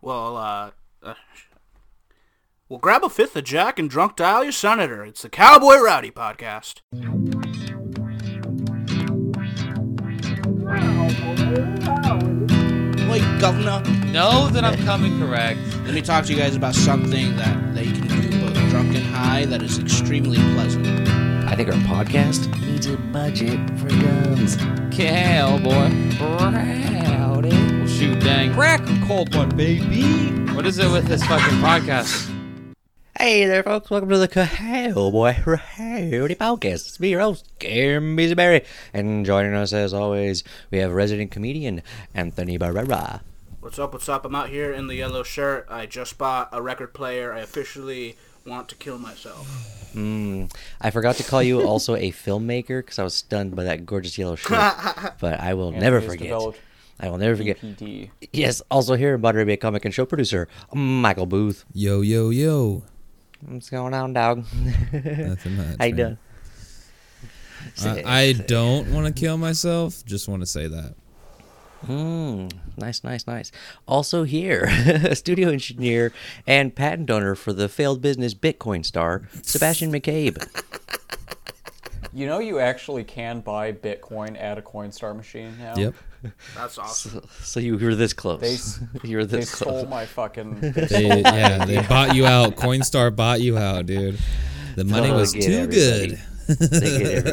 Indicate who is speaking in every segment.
Speaker 1: Well, uh, uh, well, grab a fifth of Jack and drunk dial your senator. It's the Cowboy Rowdy Podcast.
Speaker 2: Like, governor,
Speaker 3: Know that I'm coming correct.
Speaker 2: let me talk to you guys about something that they can do both drunk and high that is extremely pleasant.
Speaker 4: I think our podcast needs a budget for guns.
Speaker 3: Cowboy. Rowdy. Well, shoot, dang. Crack a cold one, baby. What is it with this fucking podcast?
Speaker 4: Hey there, folks. Welcome to the Cowboy Rowdy Podcast. It's me, your host, Kim Berry. And joining us, as always, we have resident comedian Anthony Barrera.
Speaker 1: What's up? What's up? I'm out here in the yellow shirt. I just bought a record player. I officially want to kill myself.
Speaker 4: I forgot to call you also a filmmaker because I was stunned by that gorgeous yellow shirt. but I will never
Speaker 5: has
Speaker 4: forget.
Speaker 5: developed
Speaker 4: I will never forget.
Speaker 5: PD.
Speaker 4: Yes, also here, Buttery Bay comic and show producer, Michael Booth.
Speaker 6: Yo, yo, yo.
Speaker 4: What's going on, dog?
Speaker 6: Nothing much.
Speaker 4: How you
Speaker 6: man.
Speaker 4: doing? Uh,
Speaker 6: I, I don't want to kill myself. Just want to say that.
Speaker 4: Mm, nice, nice, nice. Also here, studio engineer and patent owner for the failed business Bitcoin star, Sebastian McCabe.
Speaker 5: You know, you actually can buy Bitcoin at a Coinstar machine
Speaker 4: Oh.
Speaker 5: now.
Speaker 6: Yep.
Speaker 1: That's awesome.
Speaker 4: So you were this close.
Speaker 5: They s-
Speaker 4: you were
Speaker 5: They
Speaker 4: this
Speaker 5: stole
Speaker 4: close.
Speaker 5: my fucking.
Speaker 6: They, yeah, they bought you out. Coinstar bought you out, dude. The money was
Speaker 4: They get
Speaker 6: too
Speaker 4: everybody.
Speaker 6: good.
Speaker 4: They get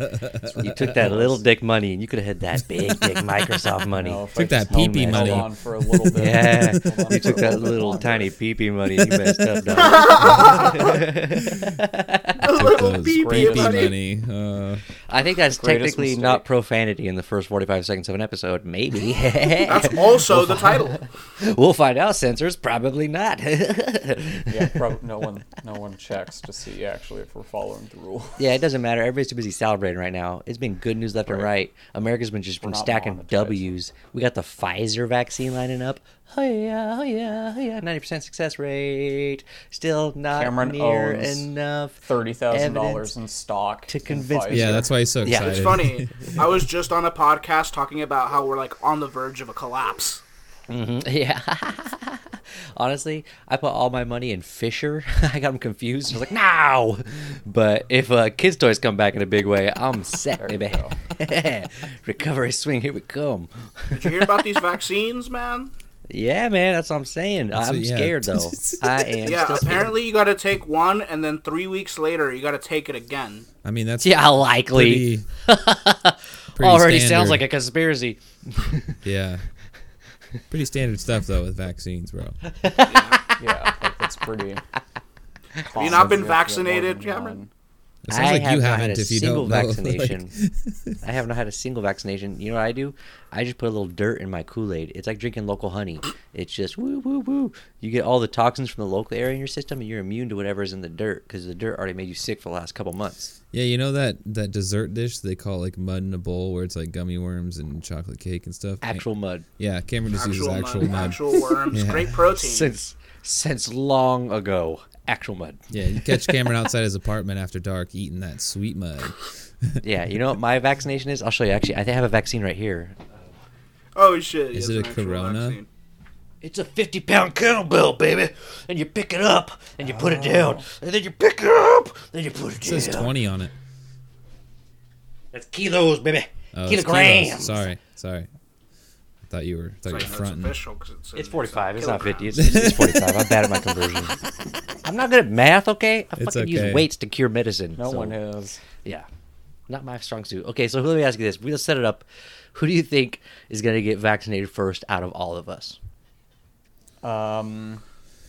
Speaker 4: everybody. you took that little dick money and you could have had that big, big Microsoft money.
Speaker 5: No, if
Speaker 6: Took
Speaker 5: I just
Speaker 6: that pee-pee
Speaker 5: held on-
Speaker 6: money.
Speaker 5: held on for a little bit.
Speaker 4: Yeah,
Speaker 5: Hold on
Speaker 4: you
Speaker 5: for a
Speaker 4: took that
Speaker 5: bit
Speaker 4: little
Speaker 5: longer.
Speaker 4: tiny pee-pee money. You messed up, dog.
Speaker 6: Took
Speaker 1: Little
Speaker 6: those
Speaker 1: BB
Speaker 6: BB
Speaker 1: money.
Speaker 6: money. Uh,
Speaker 4: I think that's
Speaker 5: Greatest
Speaker 4: technically
Speaker 5: mistake.
Speaker 4: not profanity in the first 45 seconds of an episode. Maybe.
Speaker 1: That's also the title.
Speaker 4: We'll find out, censors. Probably not.
Speaker 5: Yeah, prob- no one, no one checks to see actually if we're following the rule.
Speaker 4: yeah, it doesn't matter. Everybody's too busy celebrating right now. It's been good news left and right. America's been just been
Speaker 5: not
Speaker 4: stacking
Speaker 5: monetized.
Speaker 4: W's. We got the Pfizer vaccine lining up. Oh yeah, oh yeah, oh yeah. Ninety percent success rate. Still not
Speaker 5: Cameron
Speaker 4: near
Speaker 5: owns
Speaker 4: enough.
Speaker 5: Thirty thousand dollars
Speaker 4: evidence.
Speaker 5: in stock
Speaker 4: to
Speaker 5: in
Speaker 4: convince me-
Speaker 6: yeah,
Speaker 5: Pfizer.
Speaker 6: that's why he's so
Speaker 4: Yeah.
Speaker 6: excited.
Speaker 4: It's
Speaker 1: It's funny. I was just on a podcast talking about how we're like on the verge of a collapse.
Speaker 4: Yeah. Honestly, I put all my money in Fisher. I got them confused. I was like, no. But if uh, kids' toys come back in a big way, I'm set,
Speaker 5: you
Speaker 4: baby. Recovery swing, here we come.
Speaker 1: Did you hear about these vaccines, man?
Speaker 4: Yeah, man, that's what I'm saying. I'm
Speaker 6: what- yeah.
Speaker 4: scared though. I am.
Speaker 1: Yeah,
Speaker 4: still scared.
Speaker 1: apparently you got to take one, and then three weeks later you got to take it again.
Speaker 6: I mean, that's
Speaker 4: Yeah, likely.
Speaker 6: pretty, pretty
Speaker 4: Already
Speaker 6: standard.
Speaker 4: sounds like a conspiracy.
Speaker 6: Yeah. Pretty standard stuff, though, with vaccines, bro.
Speaker 5: yeah, like, that's pretty. Have
Speaker 1: you not been vaccinated, Cameron?
Speaker 6: It sounds
Speaker 4: I
Speaker 6: like
Speaker 4: have
Speaker 6: you
Speaker 4: not
Speaker 6: haven't
Speaker 4: had a
Speaker 6: if you
Speaker 4: single
Speaker 6: don't know.
Speaker 4: vaccination. I have not had a single vaccination. You know what I do? I just put a little dirt in my Kool Aid. It's like drinking local honey. It's just woo woo woo. You get all the toxins from the local area in your system, and you're immune to whatever's in the dirt because the dirt already made you sick for the last couple months.
Speaker 6: Yeah, you know that that dessert dish they call like mud in a bowl, where it's like gummy worms and chocolate cake and stuff. Cam-
Speaker 4: Actual mud
Speaker 6: Yeah, Cameron just
Speaker 1: Actual,
Speaker 6: uses
Speaker 1: mud,
Speaker 6: actual mud.
Speaker 1: actual worms,
Speaker 6: Yeah.
Speaker 1: great protein.
Speaker 4: since since long ago. Actual mud.
Speaker 6: Yeah, you catch Cameron outside his apartment after dark eating that sweet mud.
Speaker 4: Yeah, you know what my vaccination is? I'll show you. Actually, I think I have a vaccine right here.
Speaker 1: Oh shit! yeah,
Speaker 6: Is it
Speaker 1: it's
Speaker 6: a
Speaker 1: an actual
Speaker 6: Corona?
Speaker 1: vaccine.
Speaker 4: It's a 50 pound kettlebell, baby. And you pick it up and you put it down. And then you pick it up. Then you put it
Speaker 6: It says
Speaker 4: down.
Speaker 6: twenty on it.
Speaker 4: That's kilos, baby.
Speaker 6: Oh, it's
Speaker 4: Kilograms.
Speaker 6: kilos. Sorry, sorry. I thought you were I
Speaker 1: Like, no,
Speaker 6: thought you were
Speaker 1: it's
Speaker 6: fronting.
Speaker 1: official 'cause it's,
Speaker 4: It's 45. It's not 50.
Speaker 1: kilograms.
Speaker 4: It's, it's 45. I'm bad at my conversion. I'm not good at math, okay? I
Speaker 6: It's
Speaker 4: fucking use
Speaker 6: okay.
Speaker 4: weights to cure medicine.
Speaker 5: No
Speaker 4: so,
Speaker 5: one is.
Speaker 4: Yeah. Not my strong suit. Okay, so let me ask you this. We'll set it up. Who do you think is going to get vaccinated first out of all of us?
Speaker 5: Um,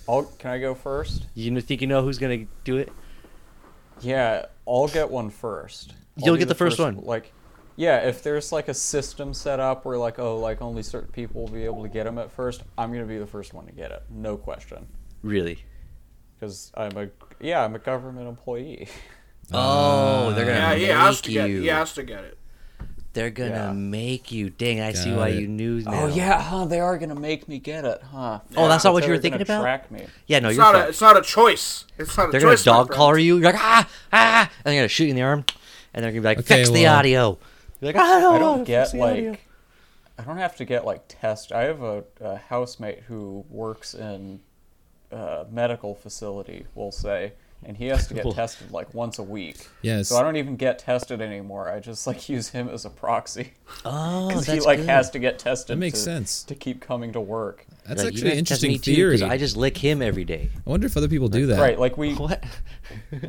Speaker 5: I'll, can I go first?
Speaker 4: You kn- think you know who's going to do it?
Speaker 5: Yeah, I'll get one first. I'll
Speaker 4: You'll
Speaker 5: do
Speaker 4: get the first one.
Speaker 5: Like, yeah, if there's like a system set up where like, oh, like only certain people will be able to get them at first, I'm gonna be the first one to get it, no question,
Speaker 4: Really?
Speaker 5: because I'm a yeah, I'm a government employee.
Speaker 6: Uh,
Speaker 4: Oh, they're going
Speaker 1: Yeah,
Speaker 4: to
Speaker 1: he
Speaker 4: yeah,
Speaker 1: has
Speaker 4: make
Speaker 1: to get.
Speaker 4: you.
Speaker 1: He has to get it.
Speaker 4: They're going to
Speaker 5: Yeah.
Speaker 4: make you. Dang, I see
Speaker 6: Got
Speaker 4: why
Speaker 6: it.
Speaker 4: you knew now.
Speaker 5: Oh yeah, huh? They are gonna make me get it, huh?
Speaker 4: Oh, that's not
Speaker 5: But
Speaker 4: what you
Speaker 5: they're
Speaker 4: were
Speaker 5: gonna
Speaker 4: thinking about?
Speaker 5: Track me.
Speaker 4: Yeah, no,
Speaker 1: It's
Speaker 4: you're
Speaker 1: not a.
Speaker 4: fucked.
Speaker 1: It's not a choice. It's not a
Speaker 4: They're gonna
Speaker 1: choice. my
Speaker 4: dog
Speaker 1: friend.
Speaker 4: collar you. You're like ah ah, and they're gonna shoot you in the arm, and they're gonna be like
Speaker 6: Okay,
Speaker 4: fix the
Speaker 6: well-
Speaker 4: audio. You're like I don't,
Speaker 5: I
Speaker 4: know how
Speaker 5: don't
Speaker 4: to
Speaker 5: get
Speaker 4: fix the
Speaker 5: like.
Speaker 4: audio."
Speaker 5: I don't have to get like test. I have a, a housemate who works in a medical facility, we'll say, and he has to get tested like once a week.
Speaker 6: Yes.
Speaker 5: So I don't even get tested anymore. I just like use him as a proxy
Speaker 4: Oh,
Speaker 5: because
Speaker 4: that's
Speaker 5: he like
Speaker 4: good.
Speaker 5: has to get tested.
Speaker 6: That makes
Speaker 5: to-
Speaker 6: sense.
Speaker 5: to keep coming to work.
Speaker 6: That's
Speaker 4: Like, you
Speaker 6: actually
Speaker 4: guys
Speaker 6: an
Speaker 4: test
Speaker 6: interesting
Speaker 4: me too, 'cause
Speaker 6: theory.
Speaker 4: I just lick him every day.
Speaker 6: I wonder if other people do that.
Speaker 5: Right, like we.
Speaker 4: What?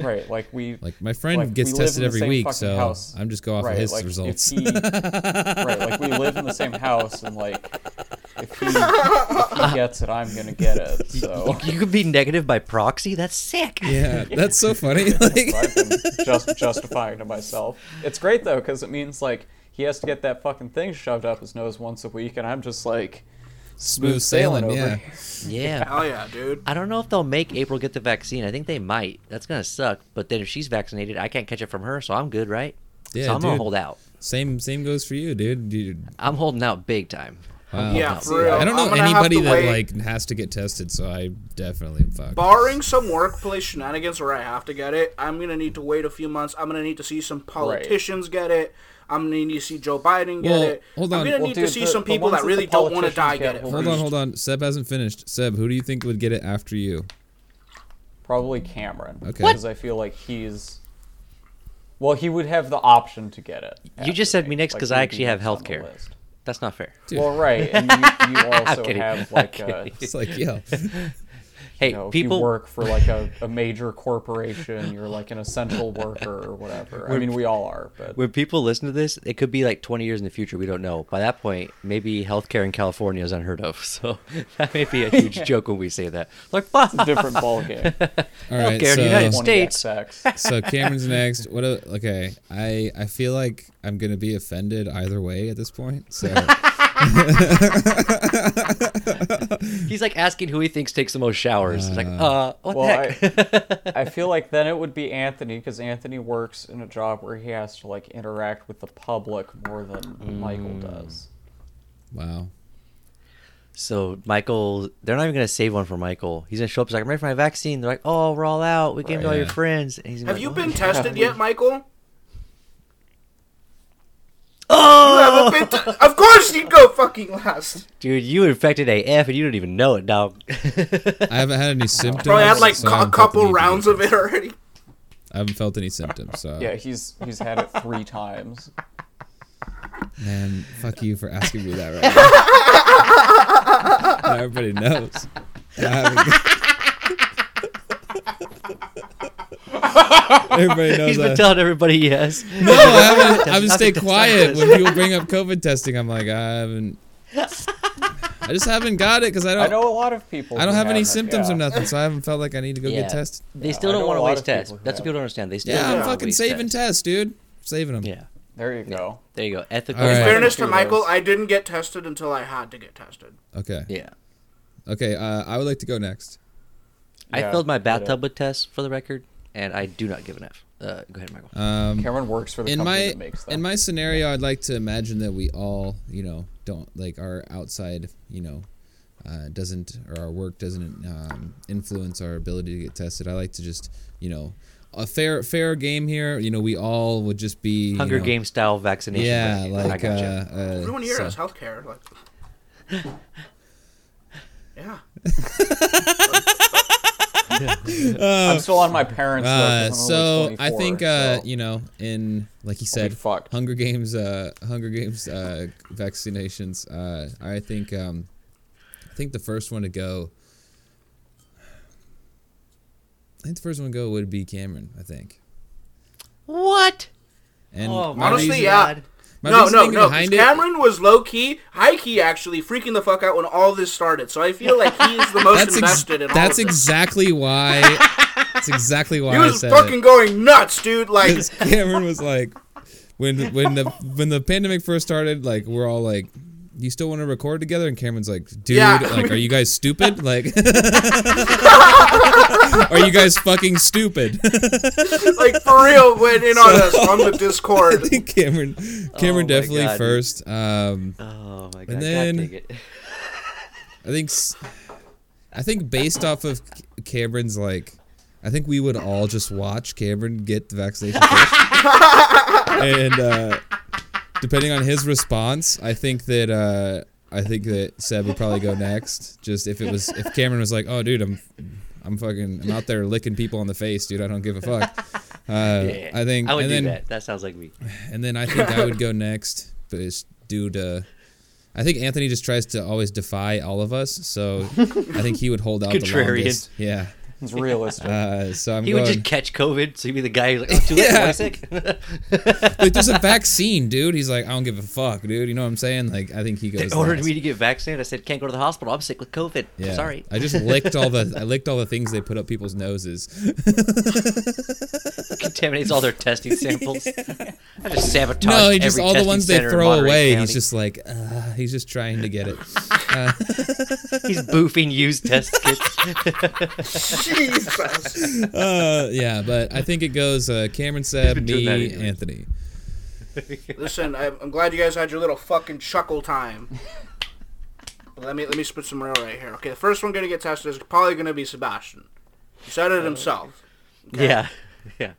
Speaker 5: Right, like we.
Speaker 6: Uh, Like my friend
Speaker 5: Like,
Speaker 6: gets
Speaker 5: we live in
Speaker 6: tested
Speaker 5: the
Speaker 6: every
Speaker 5: same
Speaker 6: week,
Speaker 5: fucking
Speaker 6: so
Speaker 5: house.
Speaker 6: I'm just go off of
Speaker 5: right,
Speaker 6: his
Speaker 5: like
Speaker 6: results.
Speaker 5: If he, right, like we live in the same house, and like if he, if he gets it, I'm gonna get it. So
Speaker 4: You could be negative by proxy. That's sick.
Speaker 6: yeah, that's so funny. Like,
Speaker 5: I've been just justifying to myself. It's great though, because it means like he has to get that fucking thing shoved up his nose once a week, and I'm just like
Speaker 6: smooth sailing.
Speaker 5: over
Speaker 6: Yeah,
Speaker 5: here.
Speaker 4: Yeah.
Speaker 1: Hell yeah, dude.
Speaker 4: I don't know if they'll make April get the vaccine. I think they might. That's gonna suck. But then if she's vaccinated, I can't catch it from her, so I'm good, right?
Speaker 6: Yeah,
Speaker 4: so I'm gonna
Speaker 6: dude.
Speaker 4: hold out.
Speaker 6: same same goes for you, dude. dude
Speaker 4: I'm holding out big time.
Speaker 6: wow.
Speaker 1: yeah,
Speaker 4: see
Speaker 1: for real.
Speaker 6: I don't know
Speaker 1: I'm gonna have
Speaker 6: anybody
Speaker 1: to
Speaker 6: that
Speaker 1: wait.
Speaker 6: like has to get tested, so I definitely am fucked.
Speaker 1: Barring some workplace shenanigans where I have to get it, I'm gonna need to wait a few months. I'm gonna need to see some politicians get it. I'm gonna need to see Joe Biden get
Speaker 6: Well,
Speaker 1: it.
Speaker 6: hold
Speaker 1: I'm
Speaker 6: on.
Speaker 1: gonna
Speaker 5: Well,
Speaker 1: need to
Speaker 5: dude,
Speaker 1: see
Speaker 5: the-
Speaker 1: some
Speaker 5: the
Speaker 1: people
Speaker 5: ones
Speaker 1: that
Speaker 5: that
Speaker 1: really
Speaker 5: the
Speaker 1: don't want to die
Speaker 5: politicians
Speaker 1: get
Speaker 5: get
Speaker 1: it.
Speaker 5: will
Speaker 6: Hold
Speaker 1: first.
Speaker 6: on, hold on. Seb hasn't finished. Seb, who do you think would get it after you?
Speaker 5: Probably Cameron.
Speaker 6: Okay. What?
Speaker 5: Because I feel like he's. Well, he would have the option to get it.
Speaker 4: You just
Speaker 5: after
Speaker 4: said me next
Speaker 5: Like,
Speaker 4: 'cause
Speaker 5: he
Speaker 4: I
Speaker 5: would be
Speaker 4: actually have
Speaker 5: next on the
Speaker 4: healthcare.
Speaker 5: list.
Speaker 4: That's not fair.
Speaker 5: Well, right, and you, you also
Speaker 4: kidding.
Speaker 5: have
Speaker 4: I'm
Speaker 5: like a,
Speaker 4: kidding.
Speaker 6: It's like, yo,
Speaker 4: Hey,
Speaker 5: you know, if
Speaker 4: people.
Speaker 5: you work for like a, a major corporation, you're like an essential worker or whatever. I mean, we all are, but
Speaker 4: When people listen to this, it could be like 20 years in the future. We don't know. By that point, maybe healthcare in California is unheard of. So that may be a huge joke when we say that. Like, fuck.
Speaker 5: it's a different ballgame.
Speaker 6: all right.
Speaker 4: care,
Speaker 6: so,
Speaker 4: United States.
Speaker 5: 20XX.
Speaker 6: so Cameron's next. What? A, okay, I I feel like I'm gonna be offended either way at this point. So
Speaker 4: He's like asking who he thinks takes the most showers. It's like, uh, what
Speaker 5: Well,
Speaker 4: the heck?
Speaker 5: I, I feel like then it would be Anthony because Anthony works in a job where he has to like interact with the public more than Michael
Speaker 4: Mm.
Speaker 5: does.
Speaker 6: wow.
Speaker 4: So Michael, they're not even gonna save one for Michael. He's gonna show up. He's like, "I'm ready for my vaccine." They're like, "Oh, we're all out. We came to all your
Speaker 6: Yeah.
Speaker 4: friends." And he's gonna
Speaker 1: Have
Speaker 4: be
Speaker 1: you
Speaker 4: like,
Speaker 1: been
Speaker 4: "What?"
Speaker 1: tested yet, Michael?
Speaker 4: Oh,
Speaker 1: You haven't been. T- of course you go fucking last.
Speaker 4: dude, you infected AF and you don't even know it, dog.
Speaker 6: I haven't had any symptoms.
Speaker 1: Probably had like
Speaker 6: so I
Speaker 1: a
Speaker 6: haven't felt the need
Speaker 1: couple
Speaker 6: to
Speaker 1: rounds
Speaker 6: get
Speaker 1: of it already.
Speaker 6: I haven't felt any symptoms. So
Speaker 5: Yeah, he's he's had it three times.
Speaker 4: Oh.
Speaker 6: man, fuck you for asking me that right now. now everybody knows. I haven't- everybody knows.
Speaker 4: he's
Speaker 6: I-
Speaker 4: been telling everybody yes.
Speaker 6: no, I haven't. I've been
Speaker 4: Nothing
Speaker 6: staying
Speaker 4: to
Speaker 6: quiet
Speaker 4: silence.
Speaker 6: when people bring up COVID testing. I'm like, I haven't. I just haven't got it because I don't.
Speaker 5: I know a lot of people.
Speaker 6: I don't
Speaker 5: who
Speaker 6: have any
Speaker 5: haven't,
Speaker 6: symptoms
Speaker 5: yeah.
Speaker 6: or nothing, so I haven't felt like I need to go
Speaker 4: Yeah.
Speaker 6: get tested.
Speaker 4: They still
Speaker 5: I
Speaker 4: don't
Speaker 5: know
Speaker 4: want
Speaker 5: a
Speaker 4: to
Speaker 5: lot
Speaker 4: waste
Speaker 5: of people
Speaker 4: tests.
Speaker 5: who
Speaker 4: That's what
Speaker 5: have.
Speaker 4: people don't understand. They still
Speaker 6: Yeah,
Speaker 4: don't
Speaker 6: I'm
Speaker 4: wanna
Speaker 6: fucking
Speaker 4: waste
Speaker 6: saving
Speaker 4: tests.
Speaker 6: tests, dude. Saving them.
Speaker 4: Yeah,
Speaker 5: There you go.
Speaker 4: there you go. Ethical.
Speaker 6: All
Speaker 1: In
Speaker 6: right.
Speaker 1: fairness to
Speaker 5: Kudos.
Speaker 1: Michael, I didn't get tested until I had to get tested.
Speaker 6: Okay.
Speaker 4: Yeah.
Speaker 6: Okay. Uh, I would like to go next.
Speaker 4: I
Speaker 5: Yeah,
Speaker 4: filled my
Speaker 5: I did.
Speaker 4: bathtub with tests for the record, and I do not give an F. Uh, go ahead, Michael.
Speaker 6: Um,
Speaker 5: Cameron works for the
Speaker 6: in
Speaker 5: company
Speaker 6: my
Speaker 5: that makes them.
Speaker 6: in my scenario, I'd like to imagine that we all, you know, don't like our outside, you know, uh, doesn't or our work doesn't um, influence our ability to get tested. I like to just, you know, a fair fair game here. You know, we all would just be you
Speaker 4: Hunger
Speaker 6: know-
Speaker 4: Game style vaccination.
Speaker 6: Yeah,
Speaker 4: rate. I
Speaker 6: like uh,
Speaker 4: gotcha.
Speaker 6: uh,
Speaker 1: Everyone here
Speaker 6: so-
Speaker 1: has healthcare. Like, yeah.
Speaker 5: I'm still on my parents'
Speaker 6: Uh,
Speaker 5: list.
Speaker 6: so I think uh,
Speaker 5: you
Speaker 6: you know, in like he said,
Speaker 5: fucked.
Speaker 6: Hunger Games, uh, Hunger Games uh, vaccinations. Uh, I think um, I think the first one to go. I think the first one to go would be Cameron. I think.
Speaker 4: what?
Speaker 6: And
Speaker 4: Oh, my
Speaker 1: Honestly,
Speaker 4: reason-
Speaker 1: yeah.
Speaker 4: God.
Speaker 6: my
Speaker 1: no, no,
Speaker 6: reasoning
Speaker 1: no. 'cause
Speaker 6: behind it-
Speaker 1: Cameron was low key, high key, actually freaking the fuck out when all this started. So I feel like he is the most
Speaker 6: that's ex-
Speaker 1: invested in all
Speaker 6: that's
Speaker 1: of this.
Speaker 6: exactly why. that's exactly why
Speaker 1: He
Speaker 6: I
Speaker 1: was
Speaker 6: said
Speaker 1: fucking
Speaker 6: it.
Speaker 1: going nuts, dude. Like,
Speaker 6: 'Cause Cameron was like, when when the when the pandemic first started, like we're all like, you still want to record together? And Cameron's like, dude,
Speaker 1: Yeah.
Speaker 6: like, are you guys stupid? Like, are you guys fucking stupid?
Speaker 1: like for real, went in on us on the Discord.
Speaker 6: Cameron, Cameron
Speaker 4: my
Speaker 6: definitely
Speaker 4: God, dude.
Speaker 6: first. Um,
Speaker 4: Oh my god.
Speaker 6: And then- uh,
Speaker 4: god dang it.
Speaker 6: I think, s- I think based off of Cameron's like, I think we would all just watch Cameron get the vaccination first, and uh, depending on his response, I think that uh, I think that Seb would probably go next. Just if it was if Cameron was like, "Oh, dude, I'm I'm fucking I'm out there licking people on the face, dude. I don't give a fuck." Uh,
Speaker 4: Yeah.
Speaker 6: I think
Speaker 4: I would
Speaker 6: and
Speaker 4: do
Speaker 6: then
Speaker 4: that. That sounds like me.
Speaker 6: and then I think I would go next, but it's due to. I think Anthony just tries to always defy all of us, so I think he would hold out the
Speaker 4: Contrarian.
Speaker 6: longest. Yeah.
Speaker 5: It's realistic.
Speaker 6: Uh, so I'm
Speaker 4: He
Speaker 6: going.
Speaker 4: would just catch COVID, so he'd be the guy who's like, "Oh, too late,
Speaker 6: Yeah.
Speaker 4: I'm sick."
Speaker 6: like, there's a vaccine, dude. He's like, I don't give a fuck, dude. You know what I'm saying? Like, I think he goes.
Speaker 4: they ordered
Speaker 6: last.
Speaker 4: me to get vaccinated. I said, "Can't go to the hospital. I'm sick with COVID.
Speaker 6: Yeah.
Speaker 4: Sorry."
Speaker 6: I just licked all the I licked all the things they put up people's noses.
Speaker 4: contaminates all their testing samples. I just sabotage.
Speaker 6: no, he just
Speaker 4: every
Speaker 6: all the
Speaker 4: testing
Speaker 6: ones they
Speaker 4: center in
Speaker 6: throw
Speaker 4: Monterey
Speaker 6: away. He's
Speaker 4: County.
Speaker 6: just like, uh, he's just trying to get it.
Speaker 4: he's boofing used test kits.
Speaker 1: Jesus.
Speaker 6: Uh, yeah, but I think it goes uh, Cameron, Seb,
Speaker 4: been doing that
Speaker 6: me,
Speaker 4: anyway.
Speaker 6: Anthony.
Speaker 1: Listen, I- I'm glad you guys had your little fucking chuckle time. let me let me spit some real right here. Okay, the first one gonna get tested is probably gonna be Sebastian. He said
Speaker 6: Oh,
Speaker 1: it himself.
Speaker 4: Yeah, yeah.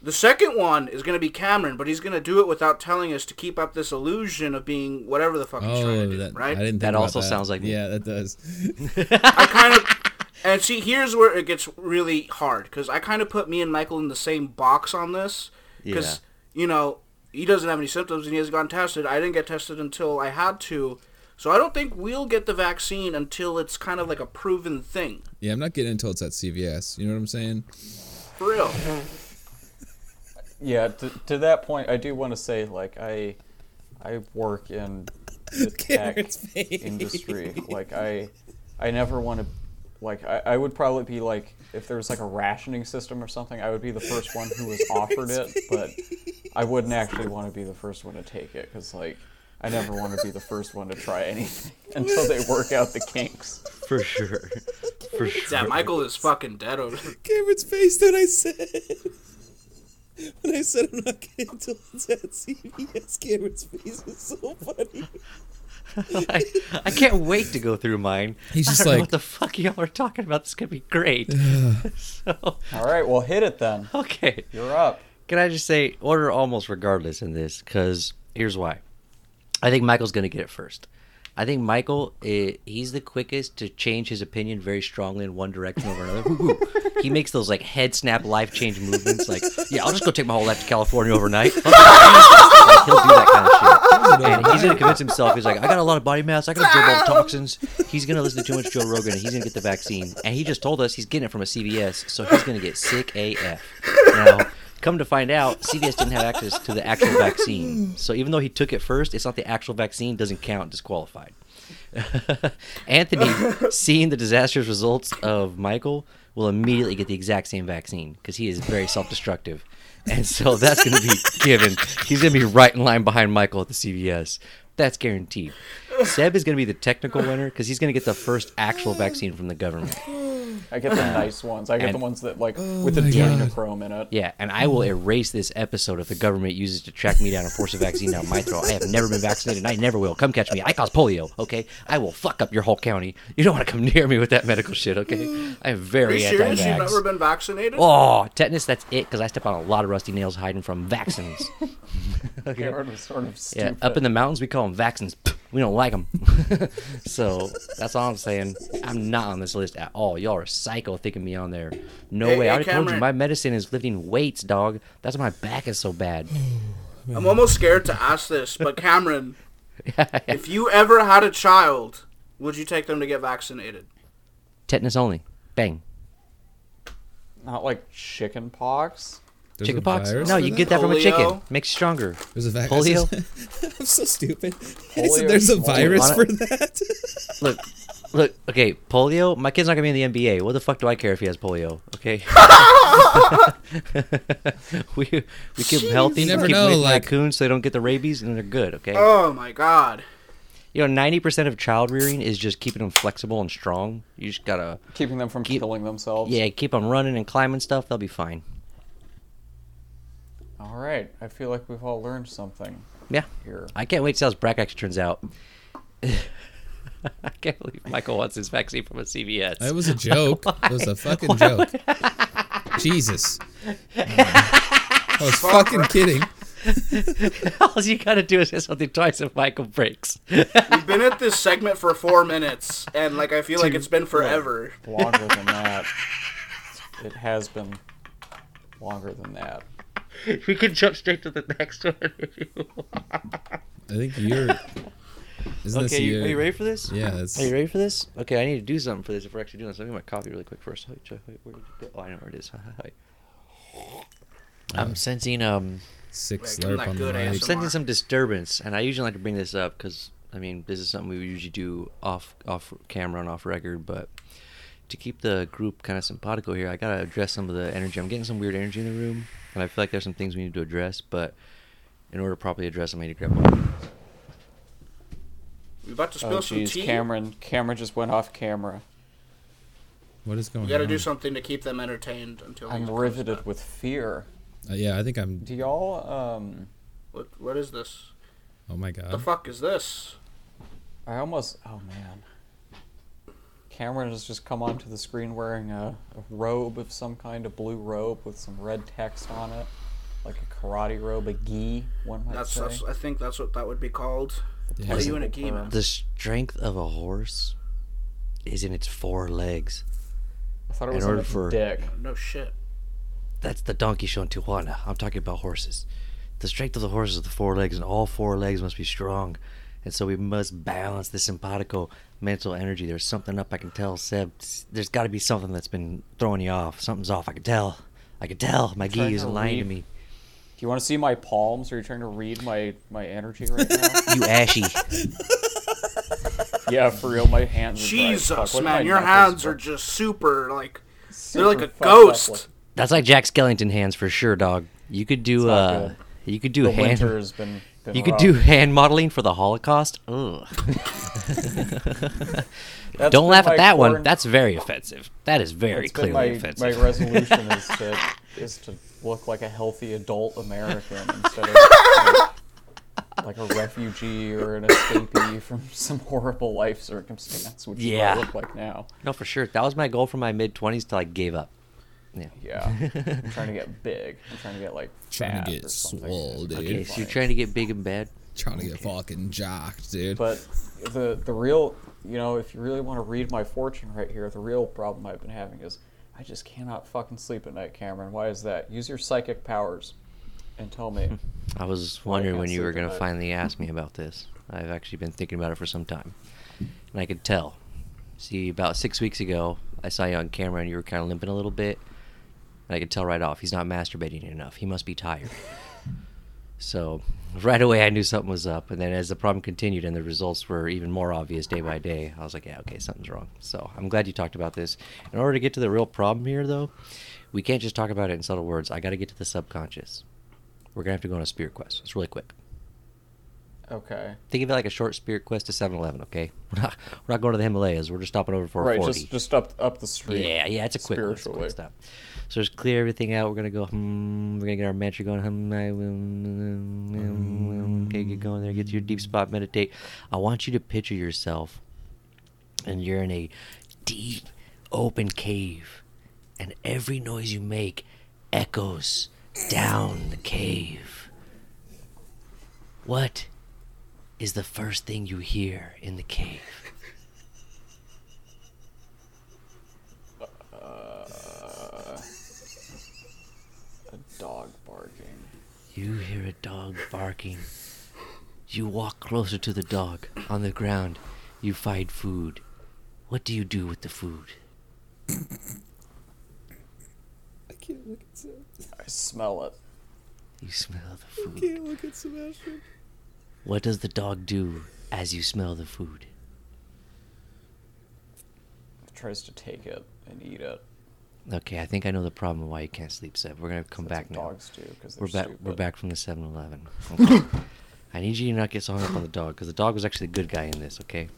Speaker 1: The second one is gonna be Cameron, but he's gonna do it without telling us to keep up this illusion of being whatever the fuck he's
Speaker 6: Oh,
Speaker 1: trying to do,
Speaker 6: that,
Speaker 1: right?
Speaker 6: I didn't. Think
Speaker 4: That
Speaker 6: about
Speaker 4: also sounds like me.
Speaker 6: Yeah, that does.
Speaker 1: I kind of and see here's where it gets really hard because I kind of put me and Michael in the same box on this because you know he doesn't have any symptoms and he hasn't gotten tested. I didn't get tested until I had to, so I don't think we'll get the vaccine until it's kind of like a proven thing
Speaker 6: Yeah, I'm not getting until it's at CVS. You know what I'm saying?
Speaker 1: for real.
Speaker 5: Yeah, to, to that point, I do want to say like I, I work in the tech
Speaker 6: Cameron's face.
Speaker 5: industry. Like I, I never want to, like I, I would probably be like if there was like a rationing system or something, I would be the first one who was offered it, but I wouldn't actually want to be the first one to take it because like I never want to be the first one to try anything until they work out the kinks.
Speaker 4: for sure, for sure.
Speaker 1: Yeah, Michael is fucking dead over. there.
Speaker 6: Cameron's face that I said. When I said I'm not getting until it's at CVS, Cameron's face was so funny.
Speaker 4: I, I can't wait to go through mine.
Speaker 6: He's
Speaker 4: I
Speaker 6: just
Speaker 4: don't know
Speaker 6: like-
Speaker 4: what the fuck y'all are talking about. This is gonna be great. so,
Speaker 5: All right, well hit it then.
Speaker 4: okay.
Speaker 5: You're up.
Speaker 4: Can I just say order almost regardless in this? Because here's why. I think Michael's going to get it first. I think Michael, eh, he's the quickest to change his opinion very strongly in one direction over another. Woo-hoo. he makes those like head snap, life change movements. Like, yeah, I'll just go take my whole life to California overnight. Like, he'll do that kind of shit and he's gonna convince himself. He's like, I got a lot of body mass. I got to all the toxins. He's gonna listen to too much Joe Rogan. And he's gonna get the vaccine. And he just told us he's getting it from a CVS, so he's gonna get sick AF. Now, come to find out, CVS didn't have access to the actual vaccine. So even though he took it first, it's not the actual vaccine. Doesn't count. Disqualified. Anthony, seeing the disastrous results of Michael, will immediately get the exact same vaccine because he is very self-destructive, and so that's going to be given. He's going to be right in line behind Michael at the CVS. That's guaranteed. Seb is going to be the technical winner because he's going to get the first actual vaccine from the government.
Speaker 5: I get the nice ones. I get the
Speaker 4: and-
Speaker 5: ones that like with the
Speaker 6: my God.
Speaker 5: adrenochrome in it.
Speaker 4: Yeah, and I will erase this episode if the government uses to track me down and force a vaccine down my throat. I have never been vaccinated, and I never will. Come catch me. I cause polio. Okay, I will fuck up your whole county. You don't want to come near me with that medical shit. Okay,
Speaker 1: Are
Speaker 4: I am
Speaker 1: you
Speaker 4: very
Speaker 1: serious? You've never
Speaker 4: anti-vax.
Speaker 1: been vaccinated?
Speaker 4: Oh, tetanus. That's it. Because I step on a lot of rusty nails hiding from vaccines.
Speaker 5: Cameron was sort of
Speaker 4: Yeah,
Speaker 5: stupid.
Speaker 4: up in the mountains we call them vaccines. We don't like them. so that's all I'm saying. I'm not on this list at all. Y'all are psycho thinking me on there. No
Speaker 1: Hey,
Speaker 4: way.
Speaker 1: hey,
Speaker 4: I already told you
Speaker 1: Cameron.
Speaker 4: my medicine is lifting weights, dog. That's why my back is so bad.
Speaker 1: I'm almost scared to ask this, but Cameron, if you ever had a child, would you take them to get vaccinated?
Speaker 4: Tetanus only. Bang.
Speaker 5: Not like chicken pox.
Speaker 6: There's a
Speaker 4: Chicken pox?
Speaker 6: virus
Speaker 4: No,
Speaker 6: for
Speaker 4: you
Speaker 6: that?
Speaker 4: get that from a chicken.
Speaker 1: Polio.
Speaker 4: Makes you stronger.
Speaker 6: There's a vaccine. I'm so stupid. I
Speaker 5: Polio
Speaker 6: said there's a
Speaker 5: is
Speaker 6: virus
Speaker 4: small.
Speaker 6: for that.
Speaker 4: Look, look. Okay, polio. My kid's not gonna be in the NBA. What the fuck do I care if he has polio? Okay. we we keep them healthy.
Speaker 6: You never
Speaker 4: keep them
Speaker 6: know,
Speaker 4: away from
Speaker 6: like-
Speaker 4: raccoons so they don't get the rabies, and they're good. Okay.
Speaker 1: Oh my god.
Speaker 4: You know, ninety percent of child rearing is just keeping them flexible and strong. You just gotta,
Speaker 5: Keeping them from
Speaker 4: Keep-
Speaker 5: killing themselves.
Speaker 4: yeah, keep them running and climbing stuff. They'll be fine.
Speaker 5: All right. I feel like we've all learned something
Speaker 4: Yeah.
Speaker 5: here.
Speaker 4: I can't wait to see how his Bracax turns out. I can't believe Michael wants his vaccine from a CVS.
Speaker 6: That was a joke. It was a fucking joke. Jesus. I was fucking kidding.
Speaker 4: All you gotta do is hit something twice and Michael breaks.
Speaker 1: We've been at this segment for four minutes, and like I feel like it's been forever.
Speaker 5: Longer than that. It has been longer than that.
Speaker 4: we can jump straight to the next one. if you want.
Speaker 6: I think you're. Isn't this
Speaker 4: okay, you,
Speaker 6: your?
Speaker 4: are you ready for this?
Speaker 6: Yeah, that's.
Speaker 4: Are you ready for this? Okay, I need to do something for this if we're actually doing this. Let me get my coffee really quick first. Wait, wait, wait, where did it go? Oh, I know where it is. I'm sensing um
Speaker 6: Six
Speaker 1: Like, I'm
Speaker 6: slurp
Speaker 1: not
Speaker 6: on the
Speaker 1: good at
Speaker 6: mic.
Speaker 1: ASMR.
Speaker 4: sensing some disturbance, and I usually like to bring this up because I mean this is something we usually do off off camera and off record, but to keep the group kind of simpatico here, I gotta address some of the energy. I'm getting some weird energy in the room, and I feel like there's some things we need to address, but in order to properly address them, I need to grab one.
Speaker 1: We about to spill
Speaker 5: Oh
Speaker 1: some
Speaker 5: jeez,
Speaker 1: tea.
Speaker 5: Cameron. Cameron just went off camera.
Speaker 6: What is going
Speaker 1: We
Speaker 6: on?
Speaker 1: got to do something to keep them entertained
Speaker 4: Oh,
Speaker 1: until.
Speaker 5: I'm
Speaker 1: he
Speaker 5: riveted with fear.
Speaker 6: Uh, yeah, I think I'm.
Speaker 5: Do y'all um
Speaker 1: What, what is this?
Speaker 6: Oh my god.
Speaker 1: The fuck is this?
Speaker 5: I almost oh man. Cameron has just come onto the screen wearing a, a robe of some kind, a blue robe with some red text on it. Like a karate robe, a gi, one might
Speaker 1: That's,
Speaker 5: say.
Speaker 1: that's I think that's what that would be called.
Speaker 6: Yeah.
Speaker 1: Are you in a
Speaker 5: Technical
Speaker 1: gi,
Speaker 5: term.
Speaker 1: man?
Speaker 4: The strength of a horse is in its four legs.
Speaker 5: I thought it
Speaker 4: in
Speaker 5: was
Speaker 4: order
Speaker 5: a
Speaker 4: for-
Speaker 5: dick.
Speaker 1: No shit.
Speaker 4: That's the donkey show in Tijuana. I'm talking about horses. The strength of the horse is the four legs, and all four legs must be strong. And so we must balance the simpatico mental energy. There's something up I can tell, Seb. There's got to be something that's been throwing you off. Something's off. I can tell. I can tell. My
Speaker 5: trying
Speaker 4: gi isn't
Speaker 5: to
Speaker 4: lying to
Speaker 5: read-
Speaker 4: me.
Speaker 5: Do you want to see my palms? Are you trying to read my, my energy right now?
Speaker 4: You ashy.
Speaker 5: yeah, for real, my hands are dry as fuck.
Speaker 1: Jesus,
Speaker 5: Look at my
Speaker 1: man, your
Speaker 5: knuckles,
Speaker 1: hands
Speaker 5: bro.
Speaker 1: are just super like
Speaker 5: Super
Speaker 1: they're like a
Speaker 5: fucked up,
Speaker 1: ghost.
Speaker 5: like,
Speaker 4: That's like Jack Skellington hands for sure, dog. You could do
Speaker 5: not
Speaker 4: uh,
Speaker 5: good.
Speaker 4: you could do
Speaker 5: The
Speaker 4: hand.
Speaker 5: winter has been, been
Speaker 4: You could
Speaker 5: rough.
Speaker 4: do hand modeling for the Holocaust. Ugh.
Speaker 5: That's
Speaker 4: Don't
Speaker 5: been
Speaker 4: laugh
Speaker 5: my
Speaker 4: at that one.
Speaker 5: quarant-
Speaker 4: That's very offensive. That is very
Speaker 5: that's
Speaker 4: clearly
Speaker 5: been my,
Speaker 4: offensive.
Speaker 5: my resolution is to is to look like a healthy adult American instead of like, like a refugee or an escapee from some horrible life circumstance, which is what
Speaker 4: Yeah.
Speaker 5: I look like now.
Speaker 4: No, for sure. That was my goal for my mid twenties till I gave up. Yeah.
Speaker 5: Yeah, I'm trying to get big. I'm trying to get like
Speaker 6: Trying
Speaker 5: fat
Speaker 6: to get
Speaker 5: or something.
Speaker 6: swole, dude.
Speaker 4: Okay, so
Speaker 5: fine.
Speaker 4: you're trying to get big and bad.
Speaker 6: Trying to get fucking jocked, dude.
Speaker 5: But the the real, you know, if you really want to read my fortune right here, the real problem I've been having is I just cannot fucking sleep at night, Cameron. Why is that? Use your psychic powers and tell me.
Speaker 4: I was
Speaker 5: I
Speaker 4: wondering
Speaker 5: can't
Speaker 4: when you
Speaker 5: sleep
Speaker 4: were
Speaker 5: at
Speaker 4: gonna
Speaker 5: night.
Speaker 4: finally ask me about this. I've actually been thinking about it for some time, and I could tell. See, about six weeks ago, I saw you on camera and you were kind of limping a little bit, and I could tell right off he's not masturbating enough. He must be tired. So right away I knew something was up, and then as the problem continued and the results were even more obvious day by day, I was like, yeah, okay, something's wrong. So I'm glad you talked about this. In order to get to the real problem here, though, we can't just talk about it in subtle words. I got to get to the subconscious. We're gonna have to go on a spirit quest. It's really quick.
Speaker 5: Okay.
Speaker 4: Think of it like a short spirit quest to 7-Eleven. Okay, we're not, we're not going to the Himalayas. We're just stopping over for a
Speaker 5: Right,
Speaker 4: forty.
Speaker 5: just just up up the street.
Speaker 4: Yeah, yeah, it's a quick, one, it's a
Speaker 5: Spiritual
Speaker 4: quick
Speaker 5: way.
Speaker 4: stop. So just clear everything out. We're gonna go. Hmm, we're gonna get our mantra going. Hmm, I will, mm, mm, mm." okay, get going there. Get to your deep spot. Meditate. I want you to picture yourself, and you're in a deep, open cave, and every noise you make echoes down the cave. What is the first thing you hear in the cave?
Speaker 5: Dog barking.
Speaker 4: You hear a dog barking. You walk closer to the dog. On the ground, you find food. What do you do with the food?
Speaker 6: I can't look at Sebastian.
Speaker 5: I smell it.
Speaker 4: You smell the
Speaker 6: I
Speaker 4: food.
Speaker 6: can't look at Sebastian.
Speaker 4: What does the dog do as you smell the food?
Speaker 5: It tries to take it and eat it.
Speaker 4: Okay, I think I know the problem why you can't sleep, Seb. We're gonna come
Speaker 5: That's
Speaker 4: back
Speaker 5: what
Speaker 4: now.
Speaker 5: dogs do because they're
Speaker 4: We're back.
Speaker 5: stupid.
Speaker 4: We're back from the 7-Eleven. Okay. I need you to not get so hung up on the dog because the dog was actually the good guy in this. Okay.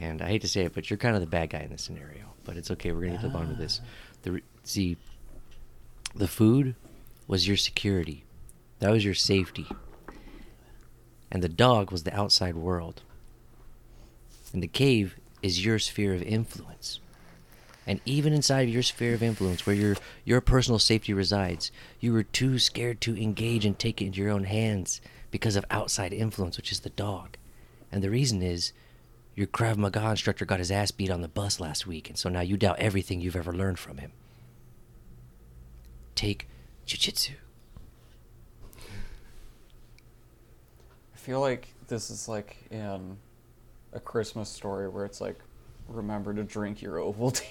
Speaker 4: And I hate to say it, but you're kind of the bad guy in this scenario. But it's okay. We're gonna get to the bottom of this.
Speaker 5: Ah.
Speaker 4: The re- see, the food was your security. That was your safety. And the dog was the outside world. And the cave is your sphere of influence. And even inside of your sphere of influence, where your your personal safety resides, you were too scared to engage and take it into your own hands because of outside influence, which is the dog. And the reason is, your Krav Maga instructor got his ass beat on the bus last week, and so now you doubt everything you've ever learned from him. Take jujitsu.
Speaker 5: I feel like this is like in a Christmas story where it's like, remember to drink your Ovaltine.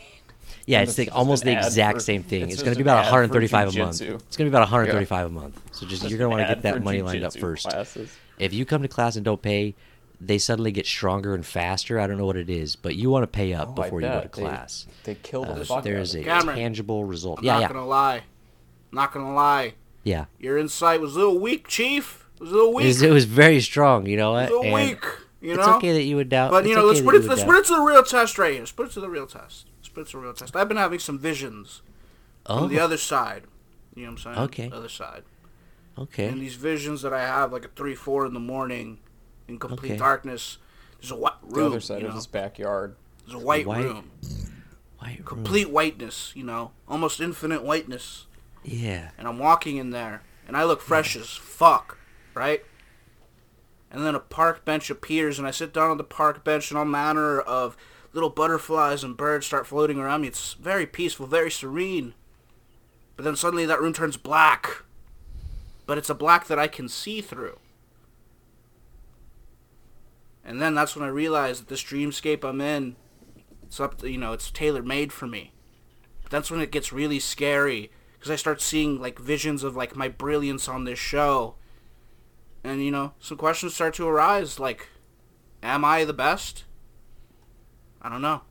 Speaker 4: Yeah,
Speaker 5: And
Speaker 4: it's
Speaker 5: it's
Speaker 4: the,
Speaker 5: just
Speaker 4: almost
Speaker 5: an
Speaker 4: the
Speaker 5: ad
Speaker 4: exact
Speaker 5: for-
Speaker 4: same thing.
Speaker 5: it's
Speaker 4: It's, going
Speaker 5: just
Speaker 4: to be about
Speaker 5: an ad for
Speaker 4: 135 a month.
Speaker 5: jujitsu.
Speaker 4: It's going to be about 135 a month. So just you're going to want to
Speaker 5: Ad
Speaker 4: get
Speaker 5: for
Speaker 4: that money lined up
Speaker 5: jujitsu
Speaker 4: first.
Speaker 5: classes.
Speaker 4: If you come to class and don't pay, they suddenly get stronger and faster. I don't know what it is, but you want to pay up
Speaker 5: Oh, I
Speaker 4: before you go
Speaker 5: bet.
Speaker 4: to
Speaker 5: They-
Speaker 4: class.
Speaker 5: They kill the
Speaker 4: Uh,
Speaker 5: fuck
Speaker 4: there
Speaker 5: out
Speaker 4: is
Speaker 5: of
Speaker 4: a
Speaker 5: it.
Speaker 1: Cameron.
Speaker 4: tangible result.
Speaker 1: I'm
Speaker 4: Yeah,
Speaker 1: not
Speaker 4: yeah,
Speaker 1: gonna lie. Not gonna lie.
Speaker 4: yeah.
Speaker 1: Your insight was a little weak, Chief. It was a little
Speaker 4: It
Speaker 1: weak.
Speaker 4: was, it was very strong. You know
Speaker 1: It was
Speaker 4: what?
Speaker 1: a little
Speaker 4: And
Speaker 1: weak. You know.
Speaker 4: it's okay that you would doubt.
Speaker 1: But you
Speaker 4: it's
Speaker 1: know,
Speaker 4: okay
Speaker 1: let's
Speaker 4: that
Speaker 1: put it.
Speaker 4: would
Speaker 1: Let's
Speaker 4: doubt.
Speaker 1: put it to the real test right here. Let's put it to the real test. Let's put it to the real test. I've been having some visions
Speaker 4: Oh,
Speaker 1: on the other side. You know what I'm saying?
Speaker 4: Okay.
Speaker 1: Other side. And
Speaker 4: okay.
Speaker 1: these visions that I have, like at three, four in the morning, in complete
Speaker 4: Okay.
Speaker 1: darkness, there's a white
Speaker 5: The
Speaker 1: room.
Speaker 5: other side
Speaker 1: you
Speaker 5: of
Speaker 1: know?
Speaker 5: his backyard.
Speaker 1: There's a white,
Speaker 4: White
Speaker 1: room,
Speaker 4: White room.
Speaker 1: complete whiteness. You know, almost infinite whiteness.
Speaker 4: Yeah.
Speaker 1: And I'm walking in there, and I look fresh as fuck, right? And then a park bench appears, and I sit down on the park bench, and all manner of little butterflies and birds start floating around me. It's very peaceful, very serene. But then suddenly that room turns black. But it's a black that I can see through. And then that's when I realize that this dreamscape I'm in, it's up, you know, it's tailor-made for me. But that's when it gets really scary because I start seeing like visions of like my brilliance on this show. And you know, some questions start to arise like am I the best? I don't know.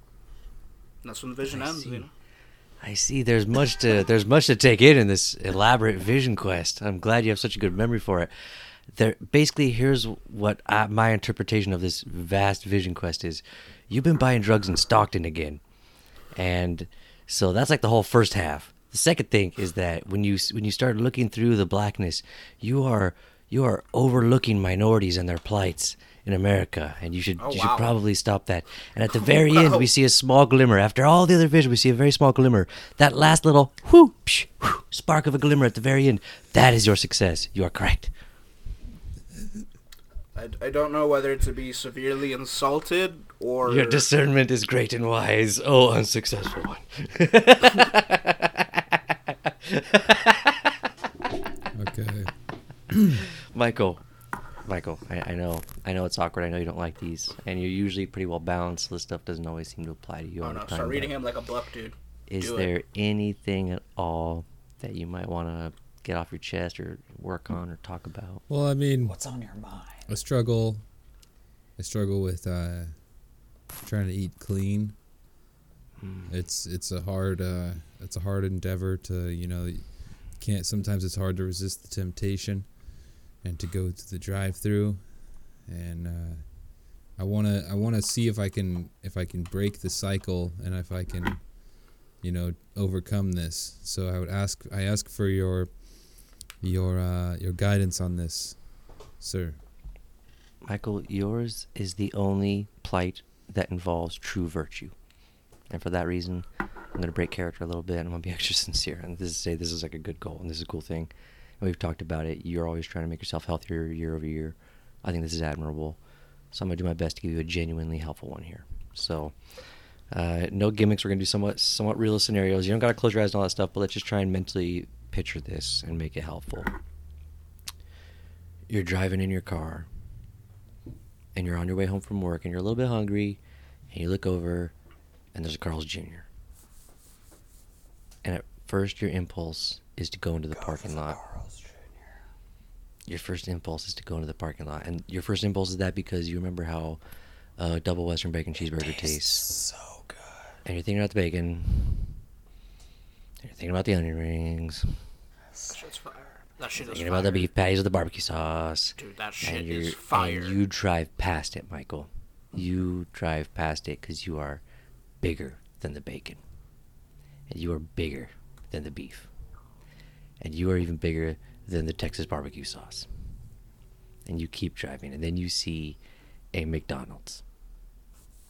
Speaker 1: And that's when the vision
Speaker 4: I
Speaker 1: ends,
Speaker 4: see.
Speaker 1: you know.
Speaker 4: I see. There's much to there's much to take in in this elaborate vision quest. I'm glad you have such a good memory for it. There, basically, here's what I, my interpretation of this vast vision quest is: you've been buying drugs in Stockton again, and so that's like the whole first half. The second thing is that when you when you start looking through the blackness, you are you are overlooking minorities and their plights in America, and you should
Speaker 1: Oh,
Speaker 4: you
Speaker 1: wow.
Speaker 4: should probably stop that. And at the very end, we see a small glimmer. After all the other vision, we see a very small glimmer. That last little whoo, psh, whoo, spark of a glimmer at the very end. That is your success. You are correct.
Speaker 1: I, I don't know whether to be severely insulted or
Speaker 4: Your discernment is great and wise. Oh, unsuccessful one.
Speaker 6: Okay.
Speaker 4: Michael, Michael, I, I know, I know it's awkward. I know you don't like these, and you're usually pretty well balanced. so This stuff doesn't always seem to apply to you
Speaker 1: Oh
Speaker 4: all the
Speaker 1: no,
Speaker 4: time.
Speaker 1: start reading
Speaker 4: but
Speaker 1: him like a book, dude.
Speaker 4: Is
Speaker 1: Do it.
Speaker 4: there anything at all that you might want to get off your chest or work on or talk about?
Speaker 6: Well, I mean,
Speaker 5: What's on your mind?
Speaker 6: I struggle. I struggle with uh, trying to eat clean. It's it's a hard uh, it's a hard endeavor to you know you can't sometimes it's hard to resist the temptation and to go to the drive through and uh, I wanna I wanna see if I can if I can break the cycle and if I can you know overcome this. So I would ask I ask for your your uh, your guidance on this, sir.
Speaker 4: Michael, yours is the only plight that involves true virtue. And for that reason, I'm going to break character a little bit. I'm going to be extra sincere. And this is say this is like a good goal and this is a cool thing. And we've talked about it. You're always trying to make yourself healthier year over year. I think this is admirable. So I'm going to do my best to give you a genuinely helpful one here. So uh, no gimmicks. We're going to do somewhat somewhat real scenarios. You don't got to close your eyes and all that stuff, but let's just try and mentally picture this and make it helpful. You're driving in your car and you're on your way home from work and you're a little bit hungry and you look over and there's a Carl's Jr. And at first your impulse is to go into the parking lot. Your first impulse is to go into the parking lot. And your first impulse is that because you remember how uh, double western bacon cheeseburger tastes
Speaker 5: So good.
Speaker 4: and you're thinking about the bacon. And you're thinking about the onion rings.
Speaker 1: That shit's fire. That shit is
Speaker 4: Thinking
Speaker 1: fire.
Speaker 4: about the beef patties with the barbecue sauce.
Speaker 1: Dude, that shit
Speaker 4: you're-
Speaker 1: is fire.
Speaker 4: And you drive past it, Michael. You drive past it because you are bigger than the bacon. And you are bigger than the beef. And you are even bigger than the Texas barbecue sauce. And you keep driving. And then you see a McDonald's.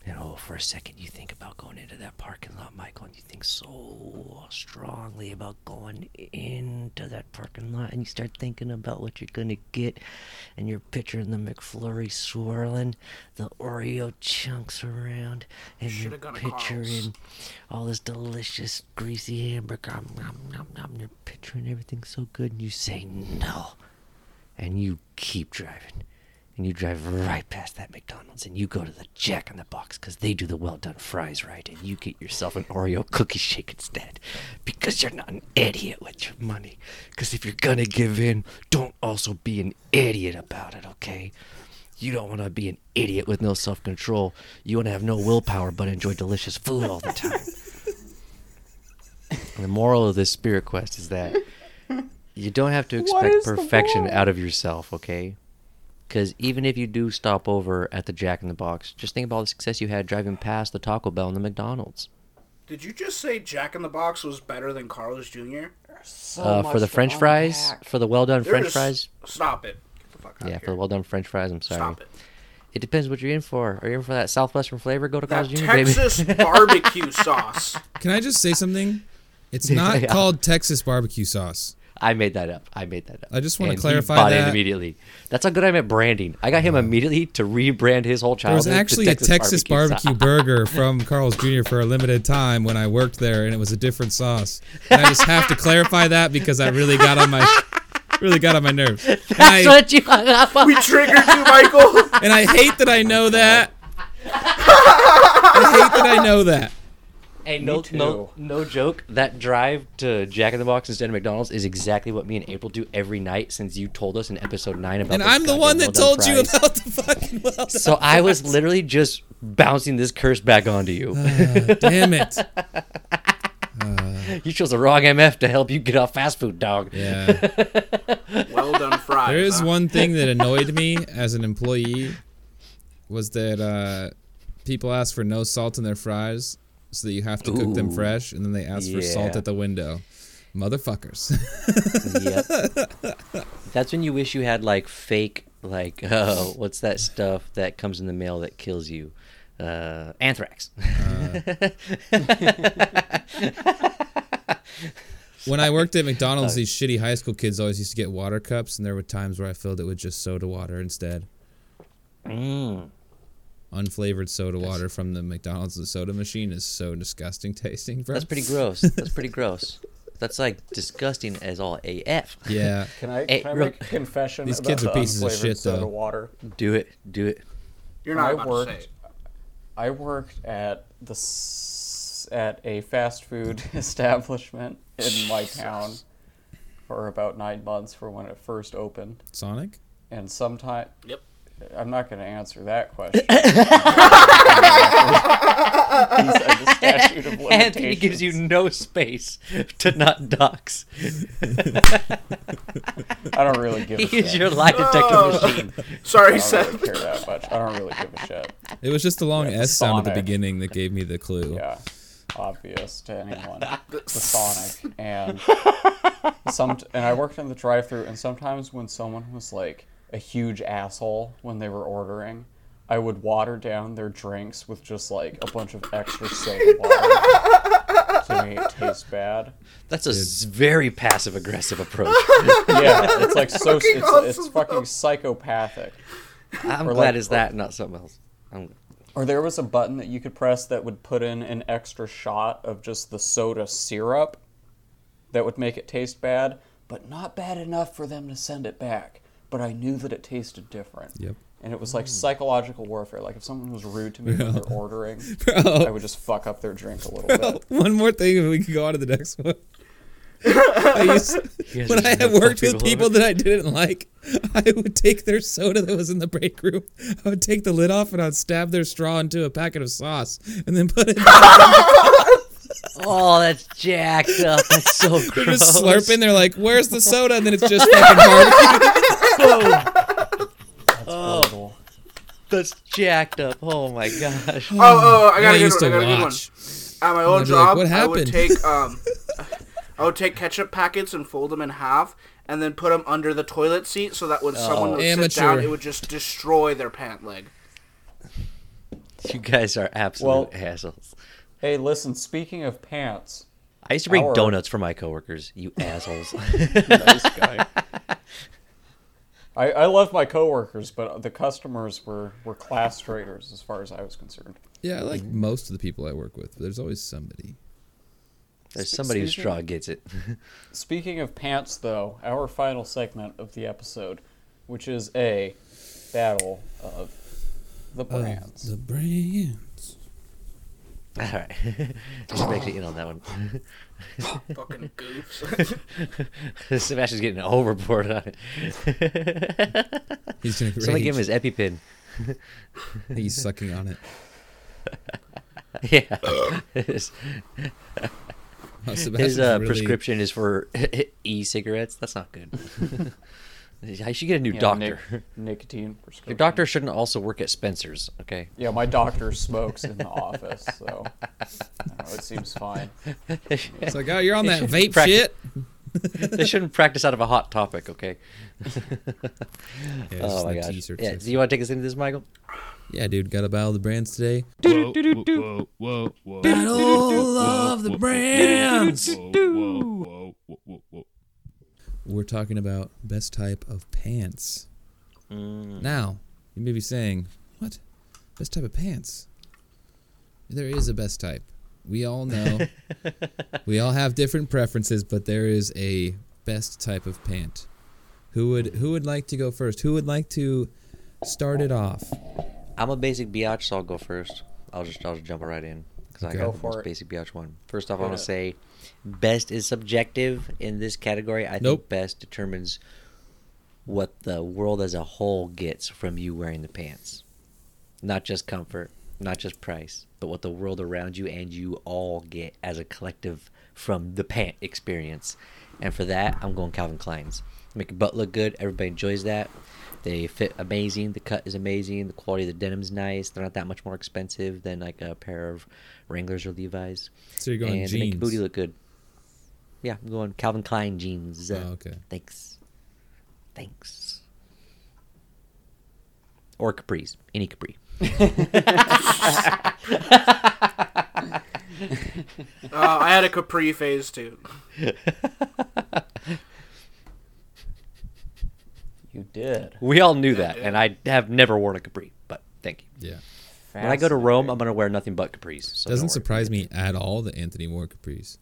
Speaker 4: And oh, for a second, you think about going into that parking lot, Michael, and you think so strongly about going into that parking lot, and you start thinking about what you're gonna get, and you're picturing the McFlurry swirling, the Oreo chunks around, and
Speaker 1: Shoulda
Speaker 4: you're
Speaker 1: gone to
Speaker 4: picturing
Speaker 1: Carl's.
Speaker 4: all this delicious greasy hamburger. Nom, nom, nom, nom. You're picturing everything so good, and you say no, and you keep driving and you drive right past that McDonald's and you go to the Jack in the Box because they do the well done fries right, and you get yourself an Oreo cookie shake instead because you're not an idiot with your money. Because if you're gonna give in, don't also be an idiot about it, okay? You don't want to be an idiot with no self control. You want to have no willpower but enjoy delicious food all the time. the moral of this spirit quest is that you don't have to expect perfection out of yourself, okay? Because even if you do stop over at the Jack in the Box, just think about all the success you had driving past the Taco Bell and the McDonald's.
Speaker 1: Did you just say Jack in the Box was better than Carlos Jr.?
Speaker 5: So
Speaker 4: uh,
Speaker 5: much
Speaker 4: for the
Speaker 5: to
Speaker 4: French fries,
Speaker 5: unpack.
Speaker 4: for the well done French
Speaker 1: There's-
Speaker 4: fries.
Speaker 1: Stop it. Get the fuck out
Speaker 4: Yeah,
Speaker 1: of
Speaker 4: for the
Speaker 1: here.
Speaker 4: well done French fries. I'm sorry.
Speaker 1: Stop it.
Speaker 4: It depends what you're in for. Are you in for that Southwestern flavor? Go to
Speaker 1: That
Speaker 4: Carl's Jr.
Speaker 1: Texas
Speaker 4: baby.
Speaker 1: barbecue sauce.
Speaker 6: Can I just say something? It's not
Speaker 4: Yeah.
Speaker 6: called Texas barbecue sauce.
Speaker 4: I made that up. I made that up.
Speaker 6: I just wanna
Speaker 4: And he
Speaker 6: clarify
Speaker 4: bought
Speaker 6: that-
Speaker 4: it immediately. That's how good I'm at branding. I got him immediately to rebrand his whole
Speaker 6: There was
Speaker 4: childhood. to
Speaker 6: actually a Texas barbecue,
Speaker 4: sauce.
Speaker 6: burger from Carl's Jr. for a limited time when I worked there, and it was a different sauce. And I just have to clarify that because I really got on my really got on my nerves. And
Speaker 4: That's
Speaker 6: I,
Speaker 4: what you hung up on.
Speaker 1: We triggered you, Michael.
Speaker 6: and I hate that I know that. I hate that I know that.
Speaker 4: Hey, no, no, no joke. That drive to Jack in the Box instead of McDonald's is exactly what me and April do every night since you told us in episode nine about.
Speaker 6: And
Speaker 4: those
Speaker 6: I'm the
Speaker 4: goddamn
Speaker 6: one that
Speaker 4: well-done
Speaker 6: told you
Speaker 4: fries.
Speaker 6: about the fucking well.
Speaker 4: So I was literally just bouncing this curse back onto you.
Speaker 6: Damn it.
Speaker 4: you chose the wrong MF to help you get off fast food, dog.
Speaker 6: Yeah.
Speaker 1: well done, fries.
Speaker 6: There is
Speaker 1: huh?
Speaker 6: one thing that annoyed me as an employee was that uh, people ask for no salt in their fries, so that you have to cook them
Speaker 4: Ooh.
Speaker 6: fresh, and then they ask for salt
Speaker 4: Yeah.
Speaker 6: at the window. Motherfuckers.
Speaker 4: yep. That's when you wish you had like fake, like uh, what's that stuff that comes in the mail that kills you? Uh, anthrax.
Speaker 6: when I worked at McDonald's, these shitty high school kids always used to get water cups, and there were times where I filled it with just soda water instead.
Speaker 4: Mm.
Speaker 6: Unflavored soda water from the McDonald's the soda machine is so disgusting tasting. Bro.
Speaker 4: That's pretty gross. That's pretty gross. That's like disgusting as all AF.
Speaker 6: Yeah.
Speaker 5: Can I,
Speaker 4: Hey,
Speaker 5: can I
Speaker 4: real-
Speaker 5: make a confession
Speaker 6: These
Speaker 5: about
Speaker 6: kids
Speaker 5: the
Speaker 6: are pieces of
Speaker 5: unflavored
Speaker 6: shit,
Speaker 5: soda
Speaker 6: though.
Speaker 5: water?
Speaker 4: Do it. Do it.
Speaker 1: You're not
Speaker 5: I
Speaker 1: about
Speaker 5: worked
Speaker 1: to say it.
Speaker 5: I worked at the s- at a fast food establishment in my town for about nine months for when it first opened,
Speaker 6: Sonic?
Speaker 5: and sometime
Speaker 1: Yep.
Speaker 5: I'm not going to answer that question. Inside the statute of
Speaker 4: Anthony gives you
Speaker 5: limitations.
Speaker 4: no space to not dox.
Speaker 5: I don't really give a
Speaker 4: He is
Speaker 5: shit.
Speaker 4: your lie detector machine.
Speaker 1: Sorry,
Speaker 5: I don't
Speaker 1: Seth.
Speaker 5: really care that much. I don't really give a shit.
Speaker 6: It was just the long S sound at the
Speaker 5: Sonic.
Speaker 6: beginning that gave me the clue.
Speaker 5: yeah, obvious to anyone. the Sonic and some and I worked in the drive-through, and sometimes when someone was like a huge asshole when they were ordering, I would water down their drinks with just like a bunch of extra soda water to make it taste bad.
Speaker 4: That's a s- very passive aggressive approach.
Speaker 5: Yeah, it's like so
Speaker 1: Fucking
Speaker 5: it's, it's
Speaker 1: awesome,
Speaker 5: fucking
Speaker 1: though.
Speaker 5: psychopathic.
Speaker 4: I'm
Speaker 5: Or
Speaker 4: glad
Speaker 5: like-
Speaker 4: it's that, not something else. I'm,
Speaker 5: Or there was a button that you could press that would put in an extra shot of just the soda syrup that would make it taste bad, but not bad enough for them to send it back. But I knew that it tasted different.
Speaker 6: Yep.
Speaker 5: And it was like psychological warfare. Like if someone was rude to me when they're ordering, I would just fuck up their drink a little bit.
Speaker 6: One more thing, and we can go on to the next one. I used,
Speaker 4: guys
Speaker 6: when
Speaker 4: are
Speaker 6: I
Speaker 4: just
Speaker 6: had
Speaker 4: gonna
Speaker 6: worked
Speaker 4: fuck
Speaker 6: with
Speaker 4: people
Speaker 6: people
Speaker 4: over?
Speaker 6: that I didn't like, I would take their soda that was in the break room. I would take the lid off and I'd stab their straw into a packet of sauce and then put it.
Speaker 4: oh, that's jacked up. That's so
Speaker 6: They're
Speaker 4: gross.
Speaker 6: just slurping. They're like, "Where's the soda?" And then it's just fucking barbecue.
Speaker 5: Oh.
Speaker 4: That's jacked up. Oh my gosh.
Speaker 1: Oh, oh, I got
Speaker 6: I
Speaker 1: a good
Speaker 6: used
Speaker 1: one. I got a
Speaker 6: to
Speaker 1: good one.
Speaker 6: watch.
Speaker 1: At my old
Speaker 6: be like,
Speaker 1: job,
Speaker 6: "What
Speaker 1: I would
Speaker 6: happened?"
Speaker 1: take um, I would take ketchup packets and fold them in half, and then put them under the toilet
Speaker 6: Oh,
Speaker 1: seat so that when someone would sit
Speaker 6: Amateur.
Speaker 1: down, it would just destroy their pant leg.
Speaker 4: You guys are absolute
Speaker 5: Well-
Speaker 4: assholes.
Speaker 5: Hey, listen. Speaking of pants,
Speaker 4: I used to bring
Speaker 5: Our-
Speaker 4: donuts for my coworkers. You assholes.
Speaker 5: I, I love my coworkers, but the customers were were class traitors as far as I was concerned.
Speaker 6: Yeah, I like most of the people I work with, but there's always somebody.
Speaker 4: There's somebody whose straw gets it.
Speaker 5: Speaking of pants, though, our final segment of the episode, which is a battle of the brands.
Speaker 6: Uh, The brands.
Speaker 4: All right. Just actually in on that one.
Speaker 1: Fucking goofs.
Speaker 4: Sebastian's getting overboard on it.
Speaker 6: He's gonna
Speaker 4: Somebody
Speaker 6: rage.
Speaker 4: give him his EpiPen.
Speaker 6: He's sucking on it.
Speaker 4: Yeah. his
Speaker 6: Wow, Sebastian's
Speaker 4: his uh,
Speaker 6: Oh, really-
Speaker 4: prescription is for e-cigarettes. That's not good. I should get a new
Speaker 5: Yeah,
Speaker 4: doctor.
Speaker 5: nic- nicotine prescription.
Speaker 4: Your doctor shouldn't also work at Spencer's, okay?
Speaker 5: Yeah, my doctor smokes in the office, so I don't know, it seems fine.
Speaker 6: It's like, oh, you're on that
Speaker 4: should
Speaker 6: vape
Speaker 4: practice-
Speaker 6: shit.
Speaker 4: they shouldn't practice out of a hot topic, okay?
Speaker 6: Yeah,
Speaker 4: oh my
Speaker 6: gosh.
Speaker 4: gosh. Yeah, do you want to take us into this, Michael?
Speaker 6: yeah, dude, got a battle of the brands today.
Speaker 7: Whoa, whoa, whoa, whoa.
Speaker 6: Battle of the brands.
Speaker 7: Whoa, whoa, whoa, whoa, whoa.
Speaker 6: We're talking about best type of pants. Now, you may be saying, what? Best type of pants? There is a best type. We all know. we all have different preferences, but there is a best type of pant. Who would who would like to go first? Who would like to start it off?
Speaker 4: I'm a basic biatch, so I'll go first. I'll just I'll just jump right in because I
Speaker 6: Okay.
Speaker 4: got
Speaker 6: Go
Speaker 4: the
Speaker 5: for
Speaker 4: most
Speaker 5: it.
Speaker 4: basic biatch one. First off, I want
Speaker 5: Yeah.
Speaker 4: to say best is subjective in this category. I
Speaker 6: Nope.
Speaker 4: think best determines what the world as a whole gets from you wearing the pants, not just comfort, not just price, but what the world around you and you all get as a collective from the pant experience. And for that, I'm going Calvin Klein's. Make your butt look good. Everybody enjoys that. They fit amazing. The cut is amazing. The quality of the denim's nice. They're not that much more expensive than like a pair of Wranglers or Levi's.
Speaker 6: So you're going
Speaker 4: and they make your
Speaker 6: jeans.
Speaker 4: booty look good. Yeah, I'm going Calvin Klein jeans.
Speaker 6: Oh, okay.
Speaker 4: Thanks. Thanks. Or capris. Any capri.
Speaker 1: Uh, I had a Capri phase too.
Speaker 5: You did.
Speaker 4: We all knew that, and I have never worn a capri, but thank you.
Speaker 6: Yeah.
Speaker 4: When I go to Rome, I'm going to wear nothing but capris. So
Speaker 6: Doesn't
Speaker 4: don't worry.
Speaker 6: surprise me at all that Anthony wore capris.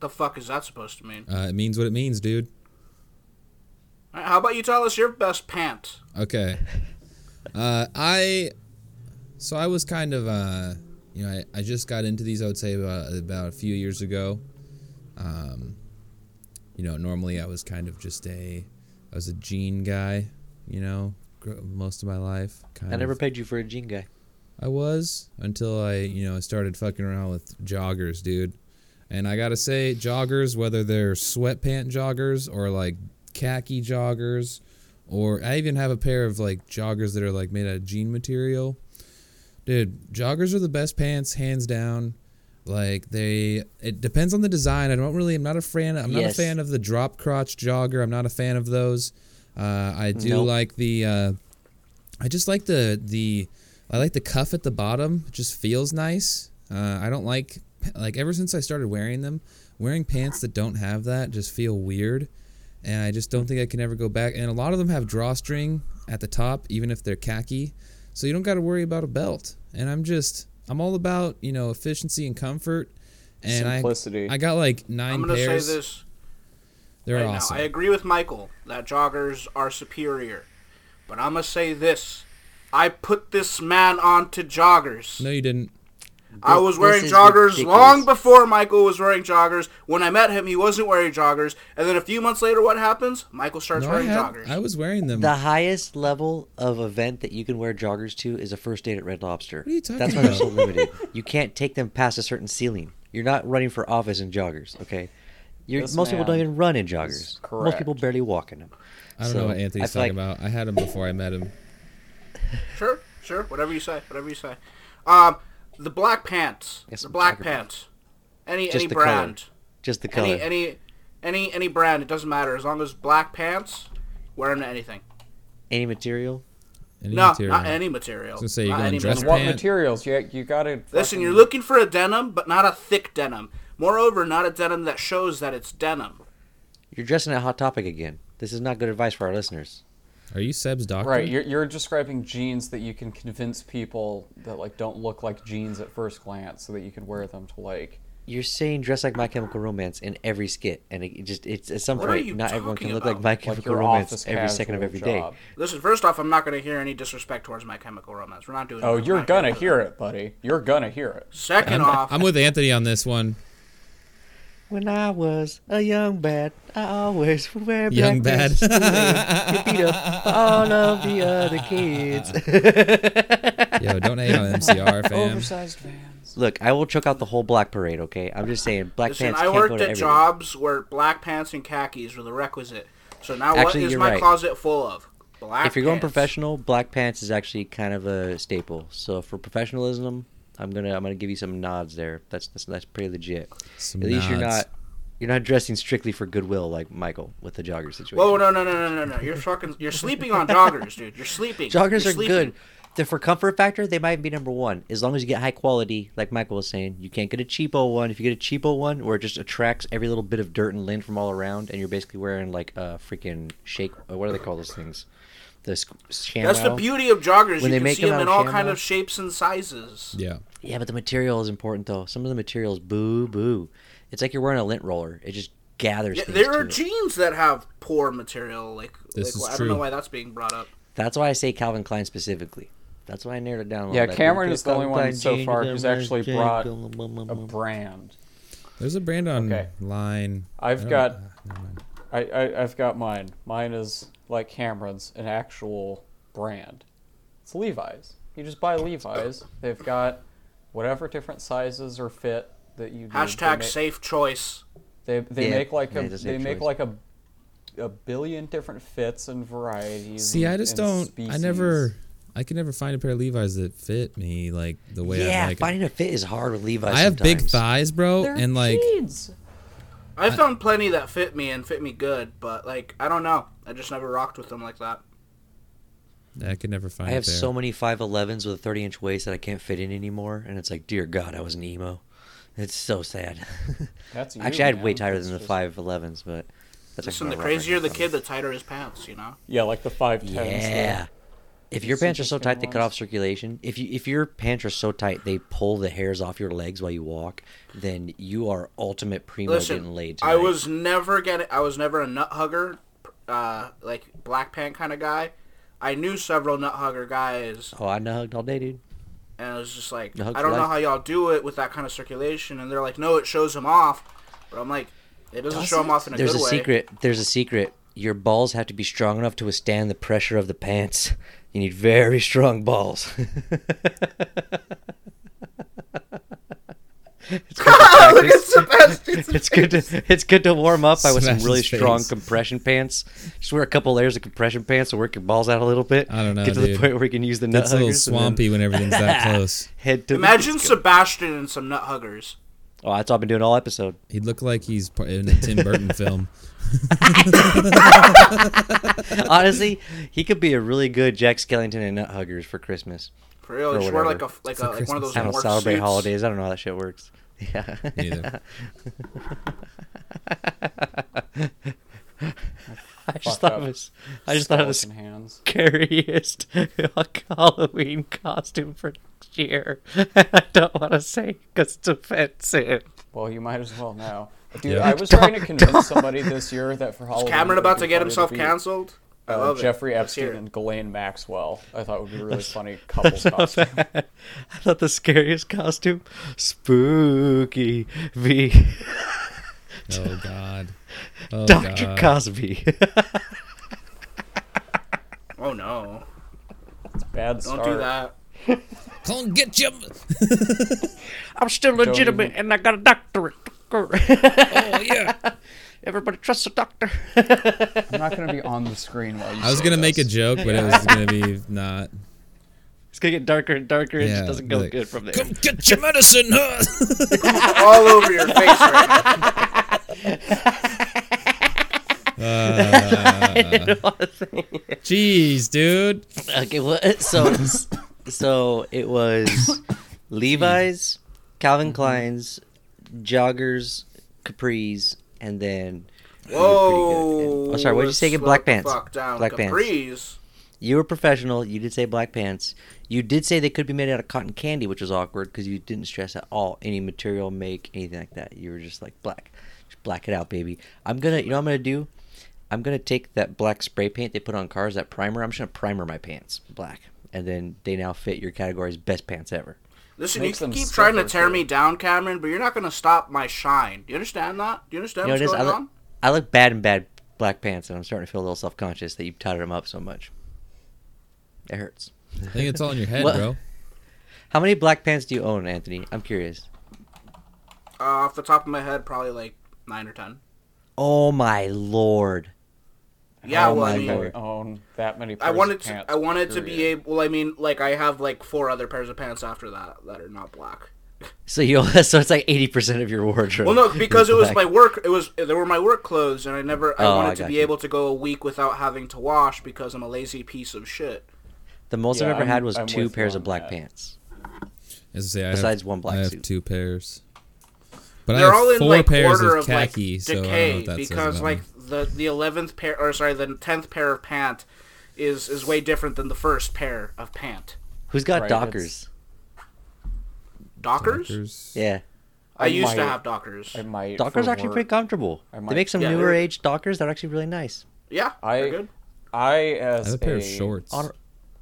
Speaker 1: The fuck is that supposed to mean?
Speaker 6: Uh, it means what it means, dude.
Speaker 1: All right, how about you tell us your best pant?
Speaker 6: Okay. Uh, I so I was kind of uh, you know I, I just got into these I would say about, about a few years ago. Um, you know normally I was kind of just a I was a jean guy. You know gr- most of my life. Kind
Speaker 4: I never
Speaker 6: of.
Speaker 4: paid you for a jean guy.
Speaker 6: I was until I, you know, I started fucking around with joggers, dude. And I gotta say, joggers, whether they're sweatpant joggers or like khaki joggers, or I even have a pair of like joggers that are like made out of jean material. Dude, joggers are the best pants, hands down. Like they, it depends on the design. I don't really. I'm not a fan. I'm not a
Speaker 4: Yes.
Speaker 6: fan of the drop crotch jogger. I'm not a fan of those. Uh, I do
Speaker 4: Nope.
Speaker 6: like the. Uh, I just like the the I like the cuff at the bottom. It just feels nice. Uh, I don't like like ever since I started wearing them, wearing pants that don't have that just feel weird, and I just don't think I can ever go back. And a lot of them have drawstring at the top, even if they're khaki, so you don't got to worry about a belt. And I'm just I'm all about you know efficiency and comfort. And
Speaker 5: Simplicity.
Speaker 6: I, I got like 9
Speaker 1: I'm gonna
Speaker 6: pairs.
Speaker 1: say this
Speaker 6: They're
Speaker 1: right
Speaker 6: awesome.
Speaker 1: now. I agree with Michael that joggers are superior, but I'm gonna say this: I put this man onto joggers.
Speaker 6: no, you didn't.
Speaker 1: I was
Speaker 4: this
Speaker 1: wearing
Speaker 4: is
Speaker 1: joggers
Speaker 4: ridiculous.
Speaker 1: long before Michael was wearing joggers. When I met him, he wasn't wearing joggers, and then a few months later, what happens? Michael starts
Speaker 6: No, I,
Speaker 1: wearing
Speaker 6: had,
Speaker 1: joggers.
Speaker 6: I was wearing them.
Speaker 4: The highest level of event that you can wear joggers to is a first date at Red Lobster.
Speaker 6: What are you talking
Speaker 4: That's why they're so
Speaker 6: about?
Speaker 4: limited. You can't take them past a certain ceiling. You're not running for office in joggers, okay? You're,
Speaker 5: This
Speaker 4: most people don't
Speaker 5: man
Speaker 4: even run in
Speaker 5: is
Speaker 4: joggers. Most
Speaker 5: correct.
Speaker 4: people barely walk in them.
Speaker 6: I don't know what Anthony's talking about. I had them before I met him.
Speaker 1: Sure, sure. Whatever you say. Whatever you say. Um, the black pants.
Speaker 4: Yes,
Speaker 1: the black
Speaker 4: jogger
Speaker 1: pants. Any
Speaker 4: Just
Speaker 1: any
Speaker 4: the
Speaker 1: brand.
Speaker 4: color. Just the color.
Speaker 1: Any any any any brand. It doesn't matter as long as black pants. Wear them to anything.
Speaker 4: any material.
Speaker 6: Any
Speaker 1: no,
Speaker 6: material.
Speaker 1: not any material.
Speaker 6: I was gonna say, you're
Speaker 1: Not
Speaker 6: going
Speaker 1: any
Speaker 6: dress
Speaker 1: material.
Speaker 5: What
Speaker 6: Pant.
Speaker 5: materials? You you gotta.
Speaker 1: Listen,
Speaker 5: fucking-
Speaker 1: you're looking for a denim, but not a thick denim. Moreover, not a denim that shows that it's denim.
Speaker 4: You're dressing at Hot Topic again. This is not good advice for our listeners.
Speaker 6: Are you Seb's doctor?
Speaker 5: Right, you're, you're describing jeans that you can convince people that like don't look like jeans at first glance, so that you can wear them to like.
Speaker 4: You're saying dress like My Chemical Romance in every skit, and it just it's at some
Speaker 1: What are you
Speaker 4: point not everyone can
Speaker 1: talking
Speaker 4: look like
Speaker 1: about?
Speaker 4: My
Speaker 5: like
Speaker 4: Chemical
Speaker 5: your
Speaker 4: Romance
Speaker 5: office
Speaker 4: every second of
Speaker 5: casual
Speaker 4: every day.
Speaker 5: job.
Speaker 1: Listen, first off, I'm not going to hear any disrespect towards My Chemical Romance. We're not doing.
Speaker 5: Oh,
Speaker 1: that.
Speaker 5: you're
Speaker 1: My
Speaker 5: gonna
Speaker 1: Chemical
Speaker 5: hear it, buddy. You're gonna hear it.
Speaker 1: 2nd
Speaker 6: I'm,
Speaker 1: off,
Speaker 6: I'm with Anthony on this one.
Speaker 4: When I was a young bad, I always would wear black
Speaker 6: Young bad.
Speaker 4: dresses to beat up all of the other kids. Oh.
Speaker 6: Yo, don't hang out with MCR, fam.
Speaker 5: Oversized vans.
Speaker 4: Look, I will choke out the whole black parade. Okay, I'm just saying black
Speaker 1: listen,
Speaker 4: pants
Speaker 1: I
Speaker 4: can't go
Speaker 1: worked
Speaker 4: to
Speaker 1: at
Speaker 4: everything.
Speaker 1: jobs where black pants and khakis were the requisite. So now,
Speaker 4: Actually,
Speaker 1: what is
Speaker 4: you're
Speaker 1: my
Speaker 4: right.
Speaker 1: closet full of? Black.
Speaker 4: If you're going
Speaker 1: pants.
Speaker 4: professional, black pants is actually kind of a staple. So for professionalism, I'm gonna I'm gonna give you some nods there. That's that's, that's pretty legit.
Speaker 6: Some
Speaker 4: At least you're
Speaker 6: nods.
Speaker 4: not you're not dressing strictly for goodwill like Michael with the jogger situation.
Speaker 1: Whoa, no, no, no, no, no, no! You're fucking. You're sleeping on joggers, dude. You're sleeping.
Speaker 4: Joggers
Speaker 1: You're
Speaker 4: are
Speaker 1: sleeping.
Speaker 4: good. They're for comfort factor. They might be number one as long as you get high quality. Like Michael was saying, you can't get a cheapo one. If you get a cheapo one, where it just attracts every little bit of dirt and lint from all around, and you're basically wearing like a freaking shake. uh, What do they call those things? The sc- ShamWow.
Speaker 1: That's the beauty of joggers.
Speaker 4: When
Speaker 1: you
Speaker 4: they
Speaker 1: can
Speaker 4: make
Speaker 1: see
Speaker 4: them
Speaker 1: them in
Speaker 4: out
Speaker 1: all
Speaker 4: of
Speaker 1: kind
Speaker 4: chamois.
Speaker 1: of shapes and sizes.
Speaker 6: Yeah.
Speaker 4: Yeah, but the material is important though. Some of the materials, boo boo. It's like you're wearing a lint roller. It just gathers.
Speaker 1: Yeah,
Speaker 4: things
Speaker 1: there are
Speaker 4: to it.
Speaker 1: jeans that have poor material. Like,
Speaker 6: This
Speaker 1: like
Speaker 6: is
Speaker 1: I don't know
Speaker 6: true.
Speaker 1: why that's being brought up.
Speaker 4: That's why I say Calvin Klein specifically. That's why I narrowed it down. A little
Speaker 5: Yeah,
Speaker 4: bit.
Speaker 5: Cameron
Speaker 4: Get a
Speaker 5: is the only
Speaker 4: Calvin
Speaker 5: one
Speaker 4: Klein
Speaker 5: so
Speaker 4: jean,
Speaker 5: far
Speaker 4: get a
Speaker 5: who's
Speaker 4: nice
Speaker 5: actually
Speaker 4: jean,
Speaker 5: brought
Speaker 4: blah, blah, blah,
Speaker 5: A
Speaker 4: blah, blah.
Speaker 5: brand.
Speaker 6: There's a brand
Speaker 5: Okay.
Speaker 6: online.
Speaker 5: I've
Speaker 6: I don't-
Speaker 5: got-
Speaker 6: ah, never mind.
Speaker 5: I, I I've got mine. Mine is like Cameron's, an actual brand. It's Levi's. You just buy Levi's. They've got whatever different sizes or fit that you need. They
Speaker 1: Hashtag
Speaker 5: ma-
Speaker 1: safe choice.
Speaker 5: They they
Speaker 4: Yeah,
Speaker 5: make like
Speaker 4: yeah,
Speaker 5: a
Speaker 4: it's a
Speaker 5: they
Speaker 4: safe
Speaker 5: make
Speaker 4: choice.
Speaker 5: like a a billion different fits and varieties.
Speaker 6: See,
Speaker 5: and-
Speaker 6: I just
Speaker 5: and
Speaker 6: don't. I
Speaker 5: species.
Speaker 6: never. I can never find a pair of Levi's that fit me like the way
Speaker 4: Yeah,
Speaker 6: I like. 'em.
Speaker 4: finding a fit is hard with Levi's.
Speaker 6: I have big
Speaker 4: sometimes.
Speaker 6: thighs, bro,
Speaker 5: They're
Speaker 6: and like
Speaker 5: jeans.
Speaker 1: I found plenty that fit me and fit me good, but like I don't know, I just never rocked with them like that.
Speaker 6: I could never find.
Speaker 4: I have
Speaker 6: a pair.
Speaker 4: so many 5'11s with a 30 inch waist that I can't fit in anymore. And it's like, dear God, I was an emo. It's so sad.
Speaker 5: That's you,
Speaker 4: Actually, I had
Speaker 5: man.
Speaker 4: way tighter
Speaker 5: That's
Speaker 4: than the
Speaker 5: just-
Speaker 4: 5'11s, but that's like
Speaker 1: Listen,
Speaker 4: my
Speaker 1: the
Speaker 4: rough
Speaker 1: crazier the
Speaker 4: reference.
Speaker 1: kid, the tighter his pants. You know.
Speaker 5: Yeah, like the five tens.
Speaker 4: Yeah. If your
Speaker 5: It's
Speaker 4: pants are so
Speaker 5: interesting
Speaker 4: tight they cut
Speaker 5: ones.
Speaker 4: off circulation, if you if your pants are so tight they pull the hairs off your legs while you walk, then you are ultimate primo getting
Speaker 1: Listen,
Speaker 4: laid.
Speaker 1: I
Speaker 4: tonight.
Speaker 1: was never getting. I was never a nut hugger, uh, like black pant kind of guy. I knew several nut hugger guys,
Speaker 4: Oh, I hugged all day, dude.
Speaker 1: and I was just like,
Speaker 4: The hug
Speaker 1: I don't know
Speaker 4: life.
Speaker 1: how y'all do it with that kind of circulation. And they're like, no, it shows them off. But I'm like, it doesn't show them off in a
Speaker 4: There's
Speaker 1: good
Speaker 4: a
Speaker 1: way.
Speaker 4: secret. There's a secret. Your balls have to be strong enough to withstand the pressure of the pants. You need very strong balls. It's good to practice. It's good to it's good to warm up by with some
Speaker 6: Smash
Speaker 4: really
Speaker 6: his face.
Speaker 4: strong compression pants. Just wear a couple layers of compression pants to work your balls out a little bit.
Speaker 6: I don't know,
Speaker 4: Get to
Speaker 6: dude.
Speaker 4: the point where you can use the nut
Speaker 6: That's a little
Speaker 4: huggers and then
Speaker 6: swampy when everything's that close.
Speaker 4: Head to the-
Speaker 1: Imagine Sebastian and some nut huggers.
Speaker 4: oh, that's all I've been doing all episode.
Speaker 6: He'd look like he's part in a Tim Burton film.
Speaker 4: Honestly, he could be a really good Jack Skellington and nut huggers for Christmas.
Speaker 1: For real,
Speaker 4: Or
Speaker 1: just wear like
Speaker 4: whatever.
Speaker 1: a like a like one of those
Speaker 4: I don't
Speaker 1: work
Speaker 4: celebrate
Speaker 1: suits.
Speaker 4: holidays. I don't know how that shit works. Yeah.
Speaker 6: Me neither.
Speaker 4: I
Speaker 5: Fucked
Speaker 4: just thought
Speaker 5: up.
Speaker 4: it was. I just thought it was
Speaker 5: Skeleton hands.
Speaker 4: scariest Halloween costume for next year. I don't want to say because it's offensive.
Speaker 5: Well, you might as well now. Dude,
Speaker 6: Yeah.
Speaker 5: I was trying to convince somebody this year that for Halloween.
Speaker 1: Cameron
Speaker 5: it would
Speaker 1: about
Speaker 5: be
Speaker 1: to get
Speaker 5: funny
Speaker 1: himself
Speaker 5: be,
Speaker 1: canceled. I
Speaker 5: uh,
Speaker 1: love it.
Speaker 5: Jeffrey
Speaker 1: Let's hear
Speaker 5: Epstein
Speaker 1: it.
Speaker 5: and Ghislaine Maxwell. I thought would be a really funny couples costume.
Speaker 4: I thought the scariest costume, spooky V.
Speaker 6: Oh God. Oh
Speaker 4: Dr.
Speaker 6: God.
Speaker 4: Cosby.
Speaker 1: Oh no!
Speaker 5: Bad
Speaker 1: Don't
Speaker 5: start.
Speaker 1: do that.
Speaker 6: Come get oh, you.
Speaker 4: I'm still legitimate and I got a doctorate.
Speaker 6: Oh yeah.
Speaker 4: Everybody trusts a doctor.
Speaker 5: I'm not gonna be on the screen while you.
Speaker 6: I was
Speaker 5: say
Speaker 6: gonna make a
Speaker 5: this.
Speaker 6: joke, but it was gonna be not.
Speaker 4: It's gonna get darker and darker. It
Speaker 6: Yeah,
Speaker 4: just doesn't go
Speaker 6: like,
Speaker 4: good from there.
Speaker 6: Come get your medicine, huh?
Speaker 1: All over your face right now.
Speaker 4: I didn't wanna say it.
Speaker 6: Uh, Jeez, dude.
Speaker 4: Okay, well, uh, so so it was Levi's, Calvin Klein's, joggers, capris, and then you were pretty good.
Speaker 1: Whoa!
Speaker 4: And- oh, sorry, what did you say? Again? Black pants.
Speaker 1: Fuck down.
Speaker 4: Black pants.
Speaker 1: capris.
Speaker 4: You were professional. You did say black pants. You did say they could be made out of cotton candy, which was awkward because you didn't stress at all any material, make, anything like that. You were just like black, just black it out, baby. I'm gonna, you know, what I'm gonna do. I'm gonna take that black spray paint they put on cars, that primer. I'm just gonna primer my pants black, and then they now fit your category's best pants ever.
Speaker 1: Listen,
Speaker 5: Makes
Speaker 1: you can
Speaker 5: them
Speaker 1: keep trying to
Speaker 5: stiffer,
Speaker 1: tear
Speaker 5: too.
Speaker 1: me down, Cameron, but you're not gonna stop my shine. Do you understand that? Do you understand
Speaker 4: You know,
Speaker 1: what's
Speaker 4: it is. I
Speaker 1: going
Speaker 4: look,
Speaker 1: on?
Speaker 4: I look bad in bad black pants, and I'm starting to feel a little self conscious that you've touted them up so much. It hurts.
Speaker 6: I think it's all in your head,
Speaker 4: What?
Speaker 6: bro.
Speaker 4: How many black pants do you own, Anthony? I'm curious.
Speaker 1: Uh, off the top of my head, probably like nine or ten.
Speaker 4: Oh my lord.
Speaker 1: Yeah,
Speaker 5: Oh
Speaker 1: well, I
Speaker 4: my
Speaker 1: mean,
Speaker 4: lord.
Speaker 5: own that many.
Speaker 1: I
Speaker 5: pairs
Speaker 1: wanted
Speaker 5: of
Speaker 1: to.
Speaker 5: pants,
Speaker 1: I wanted to be
Speaker 5: period.
Speaker 1: able. Well, I mean, like I have like four other pairs of pants after that that are not black.
Speaker 4: So you so it's like eighty percent of your wardrobe.
Speaker 1: Well, no, because it
Speaker 4: is
Speaker 1: was my
Speaker 4: black.
Speaker 1: work. It was they were my work clothes, and I never. I
Speaker 4: Oh, I
Speaker 1: wanted to
Speaker 4: got
Speaker 1: be
Speaker 4: you.
Speaker 1: able to go a week without having to wash because I'm a lazy piece of shit.
Speaker 4: the most
Speaker 5: Yeah,
Speaker 4: I've ever
Speaker 5: I'm-
Speaker 4: had was
Speaker 5: I'm
Speaker 4: two
Speaker 5: with you
Speaker 4: pairs
Speaker 5: on
Speaker 4: of black
Speaker 5: that.
Speaker 4: pants.
Speaker 6: As I say, I
Speaker 4: Besides
Speaker 6: have,
Speaker 4: one black
Speaker 6: I have
Speaker 4: suit.
Speaker 6: two pairs. But I
Speaker 1: They're
Speaker 6: have
Speaker 1: all in
Speaker 6: four
Speaker 1: like
Speaker 6: pairs
Speaker 1: order
Speaker 6: of
Speaker 1: of, like decay
Speaker 6: khaki, so I don't know what that says
Speaker 1: because
Speaker 6: about
Speaker 1: like
Speaker 6: me.
Speaker 1: the the eleventh pair or sorry the tenth pair of pant is is way different than the first pair of pant.
Speaker 4: Who's got
Speaker 5: Right,
Speaker 4: Dockers?
Speaker 1: Dockers?
Speaker 6: Dockers.
Speaker 4: Yeah.
Speaker 1: I, used to
Speaker 5: might-
Speaker 1: have Dockers.
Speaker 5: I might.
Speaker 4: Dockers
Speaker 5: for
Speaker 4: are actually
Speaker 5: work.
Speaker 4: pretty comfortable.
Speaker 5: I
Speaker 4: They
Speaker 5: might-
Speaker 4: make some
Speaker 1: yeah,
Speaker 4: newer
Speaker 1: they're-
Speaker 4: age Dockers that are actually really nice.
Speaker 1: yeah,
Speaker 5: I
Speaker 1: they're good.
Speaker 5: I
Speaker 6: I
Speaker 5: as
Speaker 6: have a pair of
Speaker 5: shorts.
Speaker 6: shorts.
Speaker 4: Honor-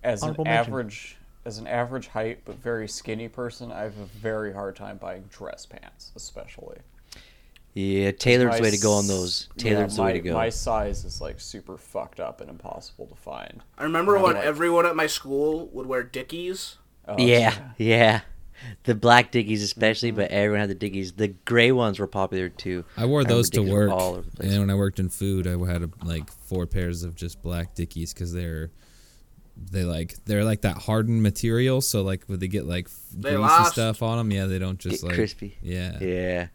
Speaker 5: as an
Speaker 4: Honorable mention.
Speaker 5: average as an average height but very skinny person, I have a very hard time buying dress pants, especially.
Speaker 4: Yeah, Taylor's
Speaker 5: My
Speaker 4: way to go on
Speaker 5: s-
Speaker 4: those.
Speaker 5: yeah,
Speaker 4: Taylor's the
Speaker 5: my,
Speaker 4: way to go.
Speaker 5: My size is like super fucked up and impossible to find.
Speaker 1: I remember when
Speaker 5: like-
Speaker 1: everyone at my school would wear Dickies.
Speaker 5: Oh, Mm-hmm.
Speaker 4: yeah, yeah. The black diggies especially, but everyone had the diggies. The gray ones were popular too.
Speaker 6: I wore
Speaker 4: remember
Speaker 6: those to
Speaker 4: Dickies were
Speaker 6: work,
Speaker 4: all over the place.
Speaker 6: and when I worked in food, I had like four pairs of just black Dickies because they're they like they're like that hardened material. So like, would they get like f-
Speaker 1: They
Speaker 6: greasy
Speaker 1: last.
Speaker 6: stuff on them? Yeah, they don't just
Speaker 4: Get
Speaker 6: like
Speaker 4: crispy.
Speaker 6: Yeah,
Speaker 4: Yeah.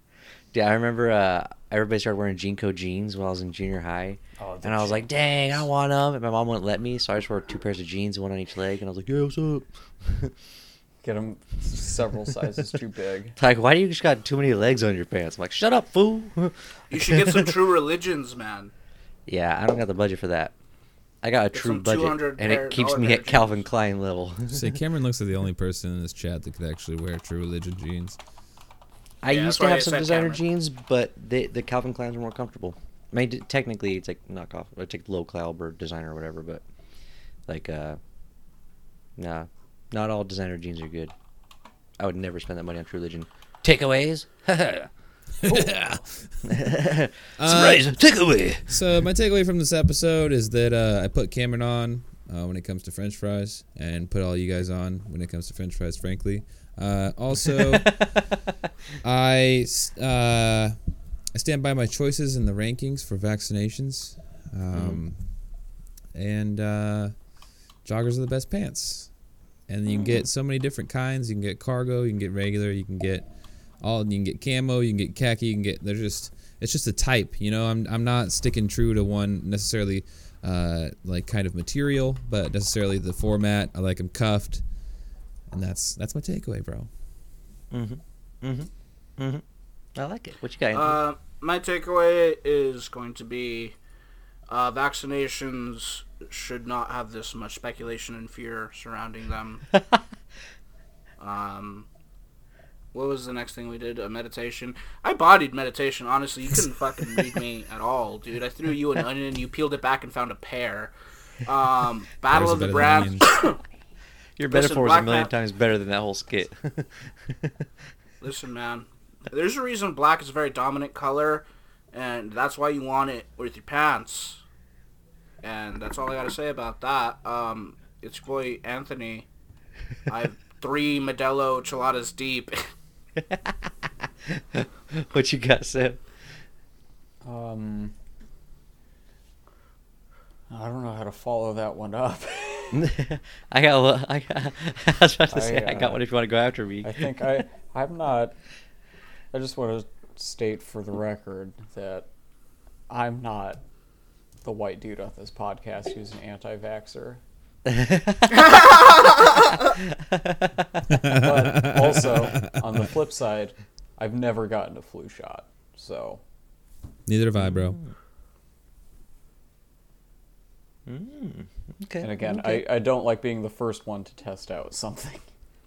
Speaker 4: Yeah, I remember uh, everybody started wearing Jinko jeans when I was in junior high.
Speaker 5: Oh, the
Speaker 4: and I was like, dang, I want them. And my mom wouldn't let me, so I just wore two pairs of jeans, one on each leg. And I was like, yeah, what's up?
Speaker 5: Get them several sizes too big.
Speaker 4: Like, why do you just got too many legs on your pants? I'm like, shut up, fool.
Speaker 1: You should get some True Religions, man.
Speaker 4: yeah, I don't got the budget for that. I got a true
Speaker 1: some
Speaker 4: budget,
Speaker 1: $200
Speaker 4: and
Speaker 1: pair-
Speaker 4: it keeps
Speaker 1: dollar
Speaker 4: me
Speaker 1: pair
Speaker 4: at
Speaker 1: of
Speaker 4: Calvin Klein level.
Speaker 6: Say Cameron looks like the only person in this chat that could actually wear True Religion jeans.
Speaker 4: I
Speaker 1: Yeah, that's
Speaker 4: used to
Speaker 1: why I
Speaker 4: have some
Speaker 1: said
Speaker 4: designer
Speaker 1: Cameron.
Speaker 4: jeans, but they, the Calvin Klein's were more comfortable. I mean, d- technically, it's like knockoff. It's like low caliber designer or whatever, but like, uh, nah, not all designer jeans are good. I would never spend that money on True Religion. Takeaways? Surprise!
Speaker 1: Uh,
Speaker 4: takeaway!
Speaker 6: Uh, So my takeaway from this episode is that uh, I put Cameron on uh, when it comes to French fries, and put all you guys on when it comes to French fries. Frankly, uh, also I s- uh, I stand by my choices in the rankings for vaccinations, um, and uh, joggers are the best pants. And you can get so many different kinds. You can get cargo, you can get regular, you can get all you can get camo, you can get khaki, you can get they're just it's just a type, you know. I'm I'm not sticking true to one necessarily uh like kind of material, but necessarily the format. I like them cuffed. And that's that's my takeaway, bro.
Speaker 4: I like it. What you got? Anthony?
Speaker 1: Uh, my takeaway is going to be uh, vaccinations should not have this much speculation and fear surrounding them. um, what was the next thing we did? A meditation. I bodied meditation. Honestly, you couldn't fucking read me at all, dude. I threw you an onion, you peeled it back and found a pear. Um, Battle of
Speaker 6: Ours are
Speaker 1: the
Speaker 6: better than
Speaker 1: Brands.
Speaker 6: Indians.
Speaker 4: Your
Speaker 1: listen,
Speaker 4: metaphor was a
Speaker 1: Black
Speaker 4: million
Speaker 1: Map-
Speaker 4: times better than that whole skit.
Speaker 1: Listen, man. There's a reason black is a very dominant color, and that's why you want it with your pants. And that's all I gotta say about that. Um, it's your boy Anthony. I'm three Modelo chiladas deep.
Speaker 4: what you got, Sam?
Speaker 5: Um, I don't know how to follow that one up.
Speaker 4: I got. one- I got. I was about to say I,
Speaker 5: I,
Speaker 4: got
Speaker 5: uh,
Speaker 4: one. If you want to go after me,
Speaker 5: I think I I'm not. I just want to state for the record that I'm not the white dude on this podcast who's an anti-vaxxer. but also, on the flip side, I've never gotten a flu shot. So,
Speaker 6: Neither have I, bro.
Speaker 4: Okay.
Speaker 5: and again, I, I don't like being the first one to test out something.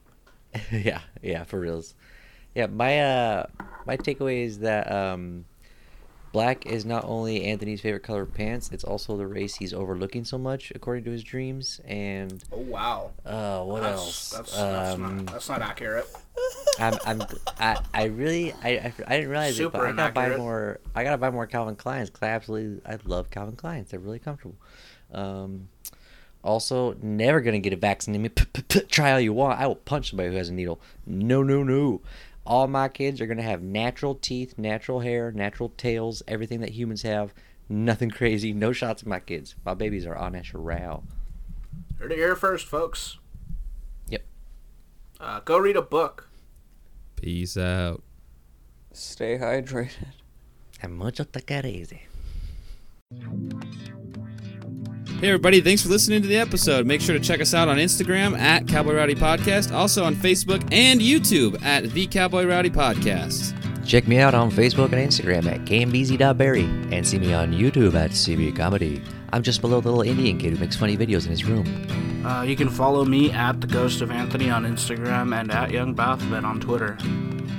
Speaker 4: yeah, yeah, for reals. Yeah, my uh my takeaway is that um black is not only Anthony's favorite color of pants, it's also the race he's overlooking so much according to his dreams and
Speaker 1: Oh wow.
Speaker 4: uh what
Speaker 1: That's
Speaker 4: else?
Speaker 1: that's, that's
Speaker 4: um
Speaker 1: not that's not accurate.
Speaker 4: I'm, I'm I, I really I, I, I didn't realize it, but
Speaker 1: Super
Speaker 4: I gotta buy
Speaker 1: inaccurate.
Speaker 4: more. I gotta buy more Calvin Kleins. 'cause I absolutely I love Calvin Kleins. They're really comfortable. Um, also, never gonna get a vaccine. I mean, p- p- p- Try all you want. I will punch somebody who has a needle. No, no, no. All my kids are gonna have natural teeth, natural hair, natural tails, everything that humans have. Nothing crazy. No shots of my kids. My babies are on natural.
Speaker 1: Heard it here first, folks.
Speaker 4: Yep.
Speaker 1: Uh, go read a book.
Speaker 6: Peace out.
Speaker 5: Stay hydrated.
Speaker 4: And mucho te crazy.
Speaker 2: Hey, everybody, thanks for listening to the episode. Make sure to check us out on Instagram at Cowboy Rowdy Podcast, also on Facebook and YouTube at The Cowboy Rowdy Podcast.
Speaker 4: Check me out on Facebook and Instagram at KMBZ.Berry and see me on YouTube at CB Comedy. I'm just below the little Indian kid who makes funny videos in his room.
Speaker 1: Uh, you can follow me at the Ghost of Anthony on Instagram and at Young Bathbed on Twitter.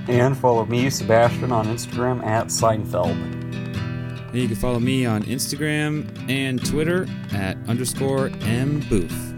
Speaker 5: And follow me, Sebastian, on Instagram at Seinfeld.
Speaker 2: And you can follow me on Instagram and Twitter at underscore mboof.